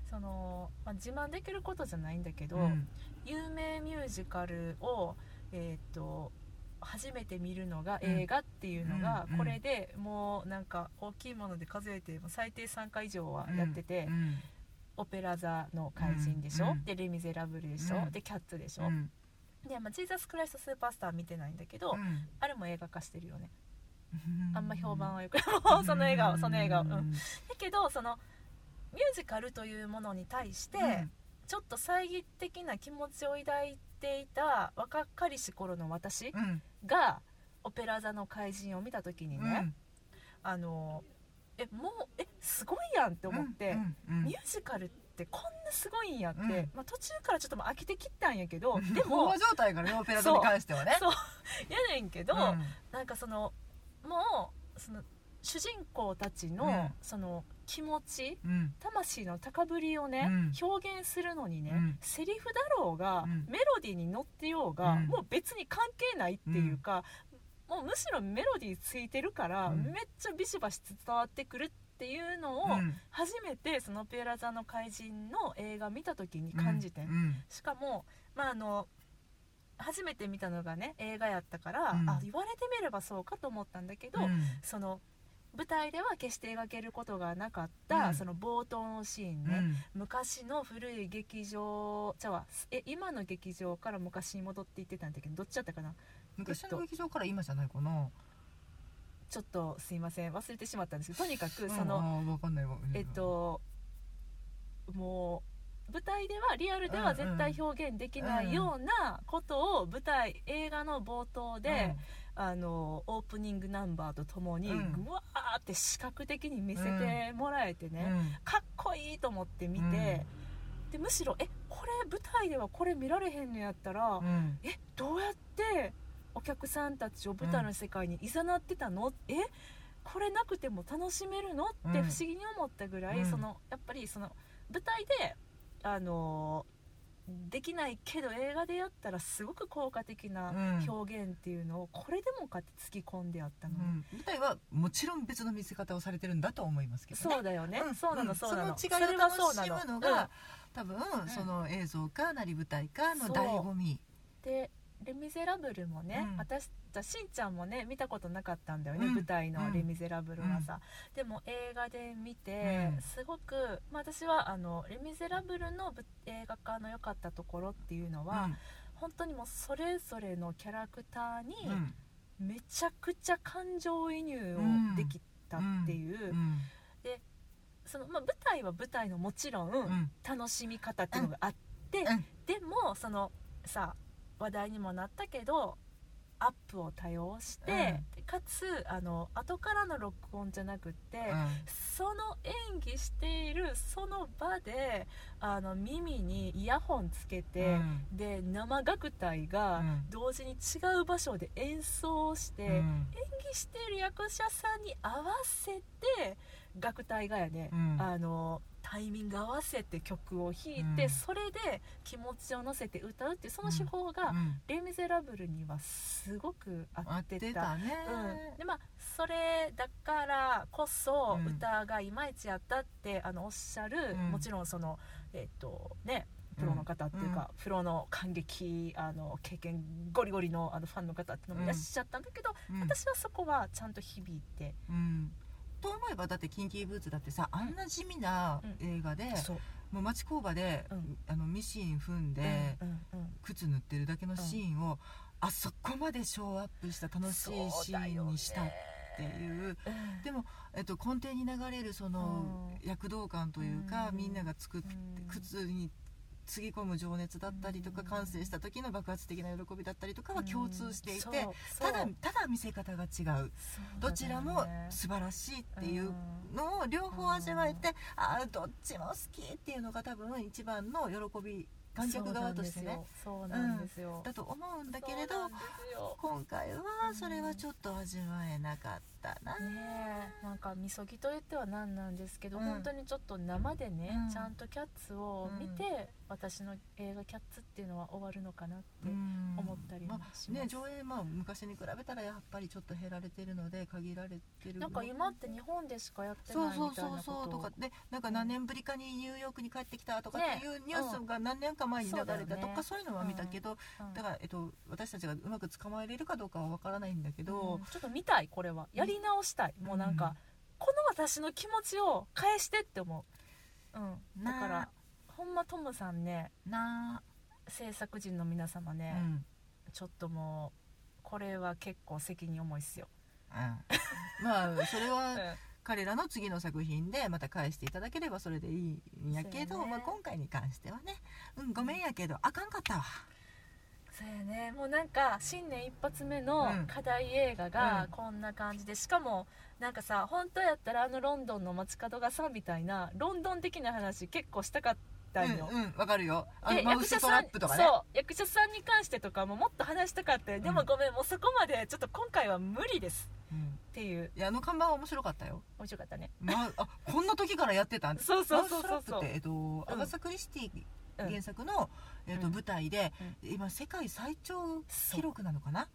Speaker 1: その、まあ、自慢できることじゃないんだけど、
Speaker 2: うん
Speaker 1: 有名ミュージカルを、えー、と初めて見るのが映画っていうのが、
Speaker 2: うんうん
Speaker 1: これでもうなんか大きいもので数えても最低3回以上はやってて「
Speaker 2: うん
Speaker 1: オペラ座の怪人」でしょ、
Speaker 2: うん
Speaker 1: で「レ・ミゼラブル」でしょ、
Speaker 2: うん
Speaker 1: で「キャッツ」でし
Speaker 2: う
Speaker 1: ょ、
Speaker 2: ん
Speaker 1: で、まあ、ジーザス・クライスト・スーパースター見てないんだけど、あれも映画化してるよねあんま評判はよく (laughs) もうその映画をその映画を、うん、だけどそのミュージカルというものに対して、ちょっと猜疑的な気持ちを抱いていた若かりし頃の私が「オペラ座の怪人」を見た時にね、あのえもうえすごいやんって思って、ミュージカルってこんなすごいんやって、
Speaker 2: うん
Speaker 1: まあ、途中からちょっともう飽きてきったんやけどで
Speaker 2: でも飽
Speaker 1: も
Speaker 2: 和状態からねオペラ座に関してはね。
Speaker 1: やねんけど、なんかそのもうその主人公たちの、
Speaker 2: うん
Speaker 1: その気持ち
Speaker 2: うん
Speaker 1: 魂の高ぶりをね、
Speaker 2: うん
Speaker 1: 表現するのにね、
Speaker 2: うん
Speaker 1: セリフだろうが、
Speaker 2: うん
Speaker 1: メロディーに乗ってようが、
Speaker 2: うん
Speaker 1: もう別に関係ないっていうか、もうむしろメロディーついてるから、
Speaker 2: うん
Speaker 1: めっちゃビシバシ伝わってくるっていうのを、
Speaker 2: うん
Speaker 1: 初めてその「オペラ座の怪人」の映画見た時に感じて、
Speaker 2: うん
Speaker 1: しかもまああの初めて見たのがね映画やったから、
Speaker 2: うん
Speaker 1: あ言われてみればそうかと思ったんだけど、
Speaker 2: うん
Speaker 1: その舞台では決して描けることがなかった、
Speaker 2: うん
Speaker 1: その冒頭のシーンね、昔の古い劇場じゃあえ今の劇場から昔に戻っていってたんだけどどっちだったかな
Speaker 2: 昔の劇場から今じゃないかな
Speaker 1: ちょっとすいません忘れてしまったんですけどとにかくその、
Speaker 2: うんあーわかんないわ
Speaker 1: えっともう舞台ではリアルでは絶対表現できないようなことを舞台映画の冒頭で、あのオープニングナンバーとともに
Speaker 2: う
Speaker 1: ぐ
Speaker 2: ん
Speaker 1: わーって視覚的に見せてもらえて
Speaker 2: うん
Speaker 1: ね、かっこいいと思って見て、
Speaker 2: うん
Speaker 1: でむしろえこれ舞台ではこれ見られへんのやったら、
Speaker 2: うんうん
Speaker 1: えどうやってお客さんたちを舞台の世界にいざなってたの、えこれなくても楽しめるのって不
Speaker 2: うん
Speaker 1: 思議に思ったぐらい、
Speaker 2: うん
Speaker 1: そのやっぱりその舞台であのーできないけど映画でやったらすごく効果的な
Speaker 2: うん
Speaker 1: 表現っていうのをこれでもかって突き込んであったの、
Speaker 2: うん舞台はもちろん別の見せ方をされてるんだと思いますけどね
Speaker 1: そうだよね、
Speaker 2: ん
Speaker 1: そうなの
Speaker 2: ん
Speaker 1: そうなの、
Speaker 2: その違いを楽しむの
Speaker 1: うん
Speaker 2: が多分
Speaker 1: ん
Speaker 2: その映像かなり舞台かの
Speaker 1: そう
Speaker 2: 醍醐味
Speaker 1: で「レ・ミゼラブル」もね、
Speaker 2: うん
Speaker 1: 私じゃあしんちゃんもね見たことなかったんだよね、
Speaker 2: うん
Speaker 1: 舞台
Speaker 2: う
Speaker 1: の「
Speaker 2: ん
Speaker 1: レ・ミゼラブル」はさ、でも映画で見て、
Speaker 2: うん
Speaker 1: すごく、まあ、私はあの「レ・ミゼラブル」のぶ映画化の良かったところっていうのは、本当にもうそれぞれのキャラクターに
Speaker 2: うんうん
Speaker 1: めちゃくちゃ感情移入をできたっていう、
Speaker 2: うん
Speaker 1: そのまあ、舞台は舞台のもちろん、
Speaker 2: うん
Speaker 1: 楽しみ方っていうのがあって、
Speaker 2: ん
Speaker 1: でもそのさ話題にもなったけどアップを多用して、かつあの後からの録音じゃなくって、その演技しているその場であの耳にイヤホンつけ
Speaker 2: う
Speaker 1: て、
Speaker 2: ん
Speaker 1: で生楽隊
Speaker 2: う
Speaker 1: が
Speaker 2: ん
Speaker 1: 同時に違う場所で演奏して、
Speaker 2: う
Speaker 1: 演
Speaker 2: ん
Speaker 1: 技している役者さんに合わせて楽隊がやね、
Speaker 2: うん
Speaker 1: あのタイミング合わせて曲を弾いて、
Speaker 2: うん
Speaker 1: それで気持ちを乗せて歌うっていうその手法が「
Speaker 2: うん
Speaker 1: レ・ミゼラブル」にはすごく合
Speaker 2: 合
Speaker 1: っ
Speaker 2: ってて
Speaker 1: た。
Speaker 2: たね
Speaker 1: うん、でまあそれだからこそ
Speaker 2: うん
Speaker 1: 歌がいまいちやったって、あのおっしゃる、
Speaker 2: うん
Speaker 1: もちろんそのえっ、とねプロの方っていうか、プロの感激あの経験ゴリゴリのあのファンの方っていうのもいらっしゃったんだけど、
Speaker 2: うん
Speaker 1: 私はそこはちゃんと響いて、
Speaker 2: うんと思えばだってキンキーブーツだってさあんな地味な映画で
Speaker 1: う、
Speaker 2: もう町工場で
Speaker 1: うん
Speaker 2: あのミシン踏んで
Speaker 1: うんうんうん
Speaker 2: 靴塗ってるだけのシーンをあそこまでショーアップした楽しいシーンにしたいっていう
Speaker 1: うん
Speaker 2: でも、えっと、根底に流れるその躍動感というか、
Speaker 1: うん
Speaker 2: みんなが作って
Speaker 1: うん
Speaker 2: 靴につぎ込む情熱だったりとか、
Speaker 1: うん
Speaker 2: 完成した時の爆発的な喜びだったりとかは共通していて、
Speaker 1: うんそう
Speaker 2: ただ
Speaker 1: そう
Speaker 2: ただ見せ方が違う
Speaker 1: そうだね
Speaker 2: どちらも素晴らしいっていうのを両方味わえて、ああどっちも好きっていうのが多分一番の喜び観客側としてね
Speaker 1: そうなんですよ
Speaker 2: だと思うんだ
Speaker 1: そう
Speaker 2: け
Speaker 1: な
Speaker 2: れ
Speaker 1: んですよ
Speaker 2: ど
Speaker 1: そうなんですよ
Speaker 2: 今回はそれはちょっと味わえなかったな、
Speaker 1: ねえなんかみそぎと言っては何なんですけど、
Speaker 2: うん
Speaker 1: 本当にちょっと生でね、
Speaker 2: うん
Speaker 1: ちゃんとキャッツを見て、
Speaker 2: う
Speaker 1: 私の映画「キャッツ」っていうのは終わるのかなって
Speaker 2: うん
Speaker 1: 思ったりもします、
Speaker 2: ね、上映、まあ、昔に比べたらやっぱりちょっと減られてるので限られてる
Speaker 1: なんか今って日本でしかやって
Speaker 2: そ
Speaker 1: ないうみ
Speaker 2: そう
Speaker 1: たい
Speaker 2: そ
Speaker 1: な
Speaker 2: う
Speaker 1: こと
Speaker 2: そうとかでなんか何年ぶりかにニューヨークに帰ってきたとか
Speaker 1: ね
Speaker 2: っていうニュースが何年か前に流れ
Speaker 1: そうだ
Speaker 2: た
Speaker 1: よ
Speaker 2: と
Speaker 1: ね
Speaker 2: かそういうのは見たけど
Speaker 1: うん
Speaker 2: だから、えっと、私たちがうまく捕まえれるかどうかは分からないんだけ
Speaker 1: う
Speaker 2: ど
Speaker 1: んちょっと見たいこれはやり直したい、もうなん
Speaker 2: うん
Speaker 1: かこの私の気持ちを返してって思う、うん、だ
Speaker 2: なあ
Speaker 1: からほんまトムさんね
Speaker 2: な
Speaker 1: 制作陣の皆様
Speaker 2: あ
Speaker 1: ね
Speaker 2: う、ん
Speaker 1: ちょっともうこれは結構責任重いっすよ、
Speaker 2: うんまあそれは彼らの次の作品でまた返していただければそれでいいんやけ
Speaker 1: そう
Speaker 2: ど、
Speaker 1: やね
Speaker 2: まあ、今回に関してはね、うん、ごめんやけどあかんかったわ。
Speaker 1: そうやねもうなんか新年一発目の
Speaker 2: うん
Speaker 1: 課題映画が
Speaker 2: うん
Speaker 1: こんな感じで、しかもなんかさ本当やったらあのロンドンの街角がさみたいなロンドン的な話結構したかったんよ、
Speaker 2: うんうん、わかるよあ
Speaker 1: で
Speaker 2: のマウストラップとかね
Speaker 1: そう役者さんに関してとかももっと話したかったよ、でも
Speaker 2: うん
Speaker 1: ごめんもうそこまでちょっと今回は無理です
Speaker 2: うん
Speaker 1: っていう
Speaker 2: いやあの看板は面白かったよ、
Speaker 1: 面白かったね
Speaker 2: まあ、あこんな時からやってたんです
Speaker 1: (laughs) そうそうそう
Speaker 2: マ
Speaker 1: そ
Speaker 2: ウ
Speaker 1: う
Speaker 2: ス
Speaker 1: そ
Speaker 2: ト
Speaker 1: う
Speaker 2: ラップって、えっとアガサ・クリスティ
Speaker 1: うん
Speaker 2: 原作の、えっと
Speaker 1: うん
Speaker 2: 舞台で、今世界最長記録なのかな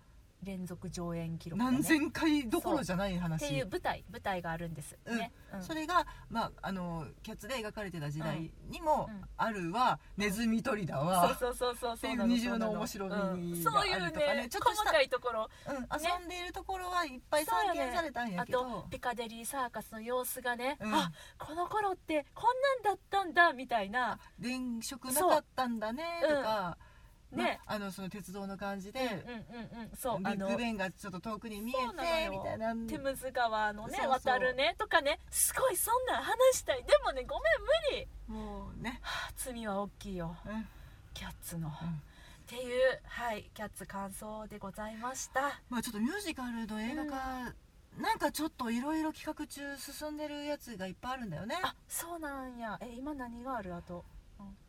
Speaker 1: 連続上演記録がね、
Speaker 2: 何千回どころじゃな
Speaker 1: っ
Speaker 2: い
Speaker 1: て
Speaker 2: 話
Speaker 1: いう舞台舞台があるんです、
Speaker 2: うん
Speaker 1: ね、うん
Speaker 2: それが、まあ、あのキャッツで描かれてた時代にもあるわ、ネズミ取りだわ、
Speaker 1: そうそうそうそうそうな
Speaker 2: っていう二
Speaker 1: そ
Speaker 2: 重
Speaker 1: うな
Speaker 2: の面白み
Speaker 1: うん
Speaker 2: があ
Speaker 1: そういう
Speaker 2: る
Speaker 1: ね
Speaker 2: とかねちょっとした
Speaker 1: 細かいところ
Speaker 2: うん遊んでいるところはいっぱい
Speaker 1: そう
Speaker 2: 散
Speaker 1: よね
Speaker 2: 見されたんや
Speaker 1: あ
Speaker 2: けど、
Speaker 1: とピカデリーサーカスの様子がね、
Speaker 2: うん
Speaker 1: あこの頃ってこんなんだったんだみたいな
Speaker 2: 電飾なかったんだねとか、
Speaker 1: そううんね
Speaker 2: まあのその鉄道の感じで、
Speaker 1: うんうんうんそう
Speaker 2: ビ
Speaker 1: あ
Speaker 2: ッ
Speaker 1: の
Speaker 2: グベンがちょっと遠くに見えて
Speaker 1: そうなのよ
Speaker 2: みたいな
Speaker 1: テムズ川のね
Speaker 2: そうそう
Speaker 1: 渡るねとかねすごいそんなん話したいでもねごめん無理
Speaker 2: もうね、
Speaker 1: はあ罪は大きいよ
Speaker 2: うん
Speaker 1: キャッツの、
Speaker 2: うん
Speaker 1: っていうはいキャッツ感想でございました
Speaker 2: まあ、ちょっとミュージカルの映画化、なんかちょっといろいろ企画中進んでるやつがいっぱいあるんだよね
Speaker 1: あそうなんやえ今何があるあと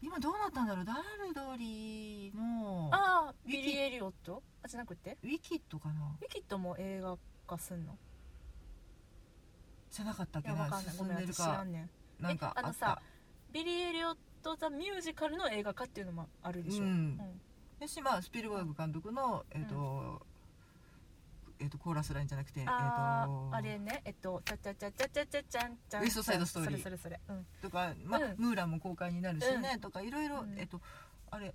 Speaker 2: 今どうなったんだろうダルドリーの
Speaker 1: ああ
Speaker 2: ウィキ
Speaker 1: ビリー・エリオットあじゃなくて
Speaker 2: ウィキッドかな
Speaker 1: ウィキッドも映画化すんの
Speaker 2: じゃなかったっ
Speaker 1: い
Speaker 2: け
Speaker 1: やわ
Speaker 2: な
Speaker 1: かんないご
Speaker 2: 進
Speaker 1: め
Speaker 2: ん
Speaker 1: ん
Speaker 2: でる
Speaker 1: 私知ら
Speaker 2: か
Speaker 1: んねん
Speaker 2: なんか
Speaker 1: えあ
Speaker 2: あ
Speaker 1: の
Speaker 2: っ
Speaker 1: さ
Speaker 2: た
Speaker 1: ビリー・エリオット・ザ・ミュージカルの映画化っていうのもあるでしょ、
Speaker 2: うん
Speaker 1: ん
Speaker 2: よしまあスピルバーグ監督のえっ、と、えっ、とコーラスラインじゃなくてえっ、
Speaker 1: あー、あ
Speaker 2: と
Speaker 1: れねえっとチャチャチャチャチャチャチャンチャン
Speaker 2: ウエストサイドストーリー
Speaker 1: それそれそれ、うん、
Speaker 2: とか、まあ
Speaker 1: うん
Speaker 2: ムーランも公開になるしね、とかいろいろ、
Speaker 1: うん
Speaker 2: えっとあれ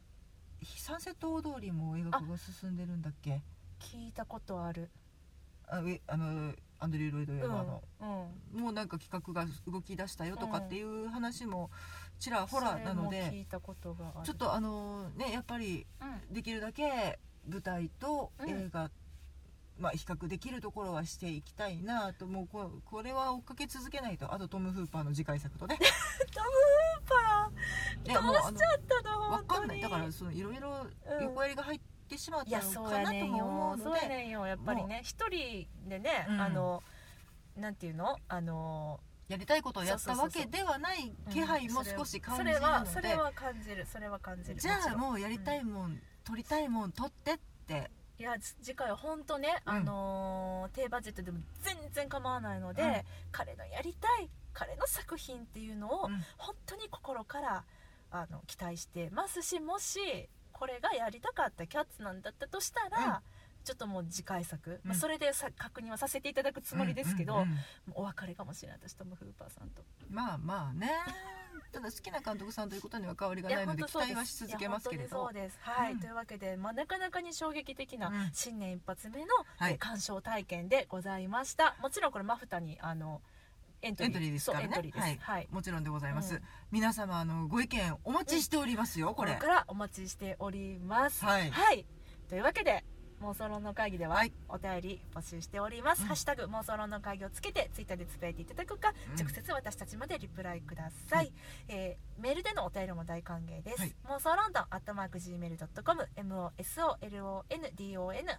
Speaker 2: サンセット大通りも映画化が進んでるんだっけ
Speaker 1: 聞いたことある
Speaker 2: あウェあのアンドリュー・ロイド・ウェ
Speaker 1: う
Speaker 2: バ
Speaker 1: ん
Speaker 2: ーの、
Speaker 1: うん
Speaker 2: もうなんか企画が動き出したよとかっていう話もちらほらなの
Speaker 1: それも
Speaker 2: で、
Speaker 1: 聞いたことがある
Speaker 2: ちょっとあのねやっぱり
Speaker 1: うん
Speaker 2: できるだけ舞台と
Speaker 1: うん
Speaker 2: 映画、まあ比較できるところはしていきたいなともうここれは追っかけ続けないとあとトム・フーパーの次回作
Speaker 1: (laughs)
Speaker 2: とね
Speaker 1: トム・フーパ
Speaker 2: ね
Speaker 1: ーどうしちゃったの
Speaker 2: あのわ
Speaker 1: 本当に
Speaker 2: かんないだからそのいろいろ
Speaker 1: うん
Speaker 2: 横やりが入ってしまっ
Speaker 1: い
Speaker 2: た
Speaker 1: や
Speaker 2: の
Speaker 1: そう
Speaker 2: か
Speaker 1: や
Speaker 2: な
Speaker 1: ね
Speaker 2: と
Speaker 1: んよ
Speaker 2: も思うの
Speaker 1: そうや
Speaker 2: で、
Speaker 1: ねんよやっぱりね一人でね、
Speaker 2: うん
Speaker 1: あのなんていうのあの
Speaker 2: やりたいことをやったわけではない気配も少し感じるので、
Speaker 1: うんそれはそれは感じるそれは感じる
Speaker 2: じゃ
Speaker 1: もち
Speaker 2: あ
Speaker 1: ろん
Speaker 2: もうやりたいもん、撮りたいもん撮ってって
Speaker 1: いやじ次回は本当ね、
Speaker 2: うん
Speaker 1: あのー低バジェットでも全然構わないので、
Speaker 2: うん
Speaker 1: 彼のやりたい彼の作品っていうのを
Speaker 2: うん
Speaker 1: 本当に心からあの期待してますしもしこれがやりたかったキャッツなんだったとしたら、
Speaker 2: うん
Speaker 1: ちょっともう次回作、まあ
Speaker 2: うん
Speaker 1: それでさ確認はさせていただくつもりですけど、
Speaker 2: うんうんうん
Speaker 1: もうお別れかもしれない私ともフーパーさんと
Speaker 2: まあまあねただ好きな監督さんということには変わりがないので
Speaker 1: 本
Speaker 2: 期
Speaker 1: 当そう
Speaker 2: 待はし続けますけれ
Speaker 1: いや
Speaker 2: ど
Speaker 1: 本当にそうですはい、
Speaker 2: うん
Speaker 1: というわけで、まあ、なかなかに衝撃的な
Speaker 2: うん
Speaker 1: 新年一発目の、
Speaker 2: はい
Speaker 1: えー鑑賞体験でございましたもちろんこれマフタにあのエントリー
Speaker 2: エントリーですからね
Speaker 1: そうエントリーです
Speaker 2: はい
Speaker 1: はい
Speaker 2: もちろんでございます、
Speaker 1: うん
Speaker 2: 皆様あのご意見お待ちしておりますよ、こ
Speaker 1: これ
Speaker 2: れ
Speaker 1: からお待ちしております
Speaker 2: はい
Speaker 1: というわけで妄想論の会議では、
Speaker 2: はい
Speaker 1: お便り募集しております、
Speaker 2: うん
Speaker 1: ハッシュタグ妄想論の会議をつけてツイッターでつぶやいていただくか、
Speaker 2: うん
Speaker 1: 直接私たちまでリプライください、
Speaker 2: うん
Speaker 1: えーメールでのお便りも大歓迎です、
Speaker 2: はい
Speaker 1: 妄想ロンドンアットマーク Gmail.com mosolondon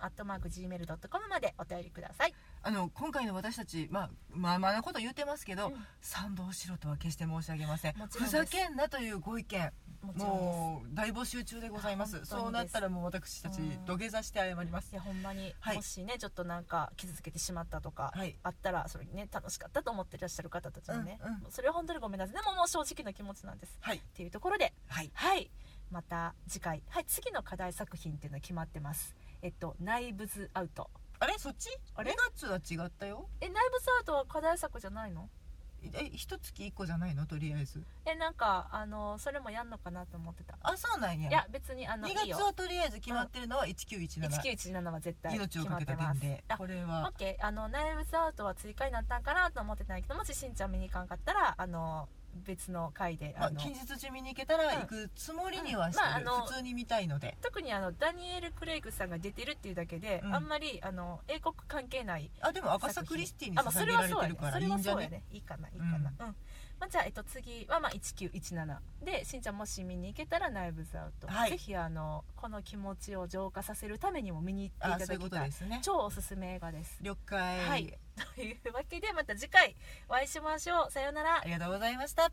Speaker 1: アットマーク Gmail.com までお便りください
Speaker 2: あの今回の私たち、まあ、まあまあなこと言ってますけど、
Speaker 1: うん
Speaker 2: 賛同しろとは決して申し上げません
Speaker 1: もちろ
Speaker 2: ふ
Speaker 1: んです
Speaker 2: ざけんなというご意見
Speaker 1: もちろんです
Speaker 2: もう大募集中でございます
Speaker 1: 本当にです
Speaker 2: そうなったらもう私たち
Speaker 1: うん
Speaker 2: 土下座して謝ります
Speaker 1: いやほんまに、
Speaker 2: はい
Speaker 1: もしねちょっとなんか傷つけてしまったとか、
Speaker 2: はい
Speaker 1: あったらそれね楽しかったと思ってらっしゃる方たちのね、
Speaker 2: うんうん
Speaker 1: それは本当にごめんなさいでももう正直な気持ちなんです
Speaker 2: はい
Speaker 1: っていうところで
Speaker 2: はい
Speaker 1: はいまた次回はい次の課題作品っていうのは決まってますえっと「ナイブズアウト
Speaker 2: あれそっち
Speaker 1: あれ
Speaker 2: 2月は違ったよ」
Speaker 1: えナイブズアウトは課題作じゃないの
Speaker 2: え一月一個じゃないのとりあえず
Speaker 1: えなんかあのそれもやんのかなと思ってた
Speaker 2: あそうなんや
Speaker 1: いや別にあの
Speaker 2: 2
Speaker 1: いい
Speaker 2: 月
Speaker 1: よ
Speaker 2: はとりあえず決まってるのは1917
Speaker 1: 1917は絶対
Speaker 2: 命を
Speaker 1: 決まっ
Speaker 2: かけた
Speaker 1: てます
Speaker 2: 伝で
Speaker 1: あ
Speaker 2: これ
Speaker 1: オッ
Speaker 2: は
Speaker 1: ケーあのナイブズアウトは追加になったんかなと思ってたんやけどもししんちゃん見に行かんかったらあの別の回で
Speaker 2: ま
Speaker 1: あ
Speaker 2: あ
Speaker 1: の、
Speaker 2: 近日中見に行けたら行くつもりにはして
Speaker 1: うんまああ
Speaker 2: る
Speaker 1: の
Speaker 2: 普通に見たいので
Speaker 1: 特にあのダニエル・クレイグさんが出てるっていうだけで、
Speaker 2: うん
Speaker 1: あんまりあの英国関係ない
Speaker 2: あでも赤サクリスティに
Speaker 1: あ、まあ、
Speaker 2: 捧
Speaker 1: そ
Speaker 2: げ
Speaker 1: れ
Speaker 2: ら
Speaker 1: は
Speaker 2: れ
Speaker 1: そう
Speaker 2: て
Speaker 1: や
Speaker 2: る
Speaker 1: ね
Speaker 2: から
Speaker 1: そ
Speaker 2: い
Speaker 1: れ
Speaker 2: い
Speaker 1: は
Speaker 2: んじゃ
Speaker 1: そうや
Speaker 2: ね
Speaker 1: ねいいかないいかなうん、まあ、じゃあ、えっと、次は、まあ、1917でしんちゃんもし見に行けたらナイブズアウト、
Speaker 2: はい
Speaker 1: ぜひあのこの気持ちを浄化させるためにも見に行っ
Speaker 2: あ
Speaker 1: てい
Speaker 2: そ
Speaker 1: た
Speaker 2: ういう
Speaker 1: だ
Speaker 2: こ
Speaker 1: き
Speaker 2: と
Speaker 1: たい
Speaker 2: ですね
Speaker 1: 超おすすめ映画です
Speaker 2: 了
Speaker 1: は
Speaker 2: 解
Speaker 1: (laughs) いというわけでまた次回お会いしましょうさようなら
Speaker 2: ありがとうございました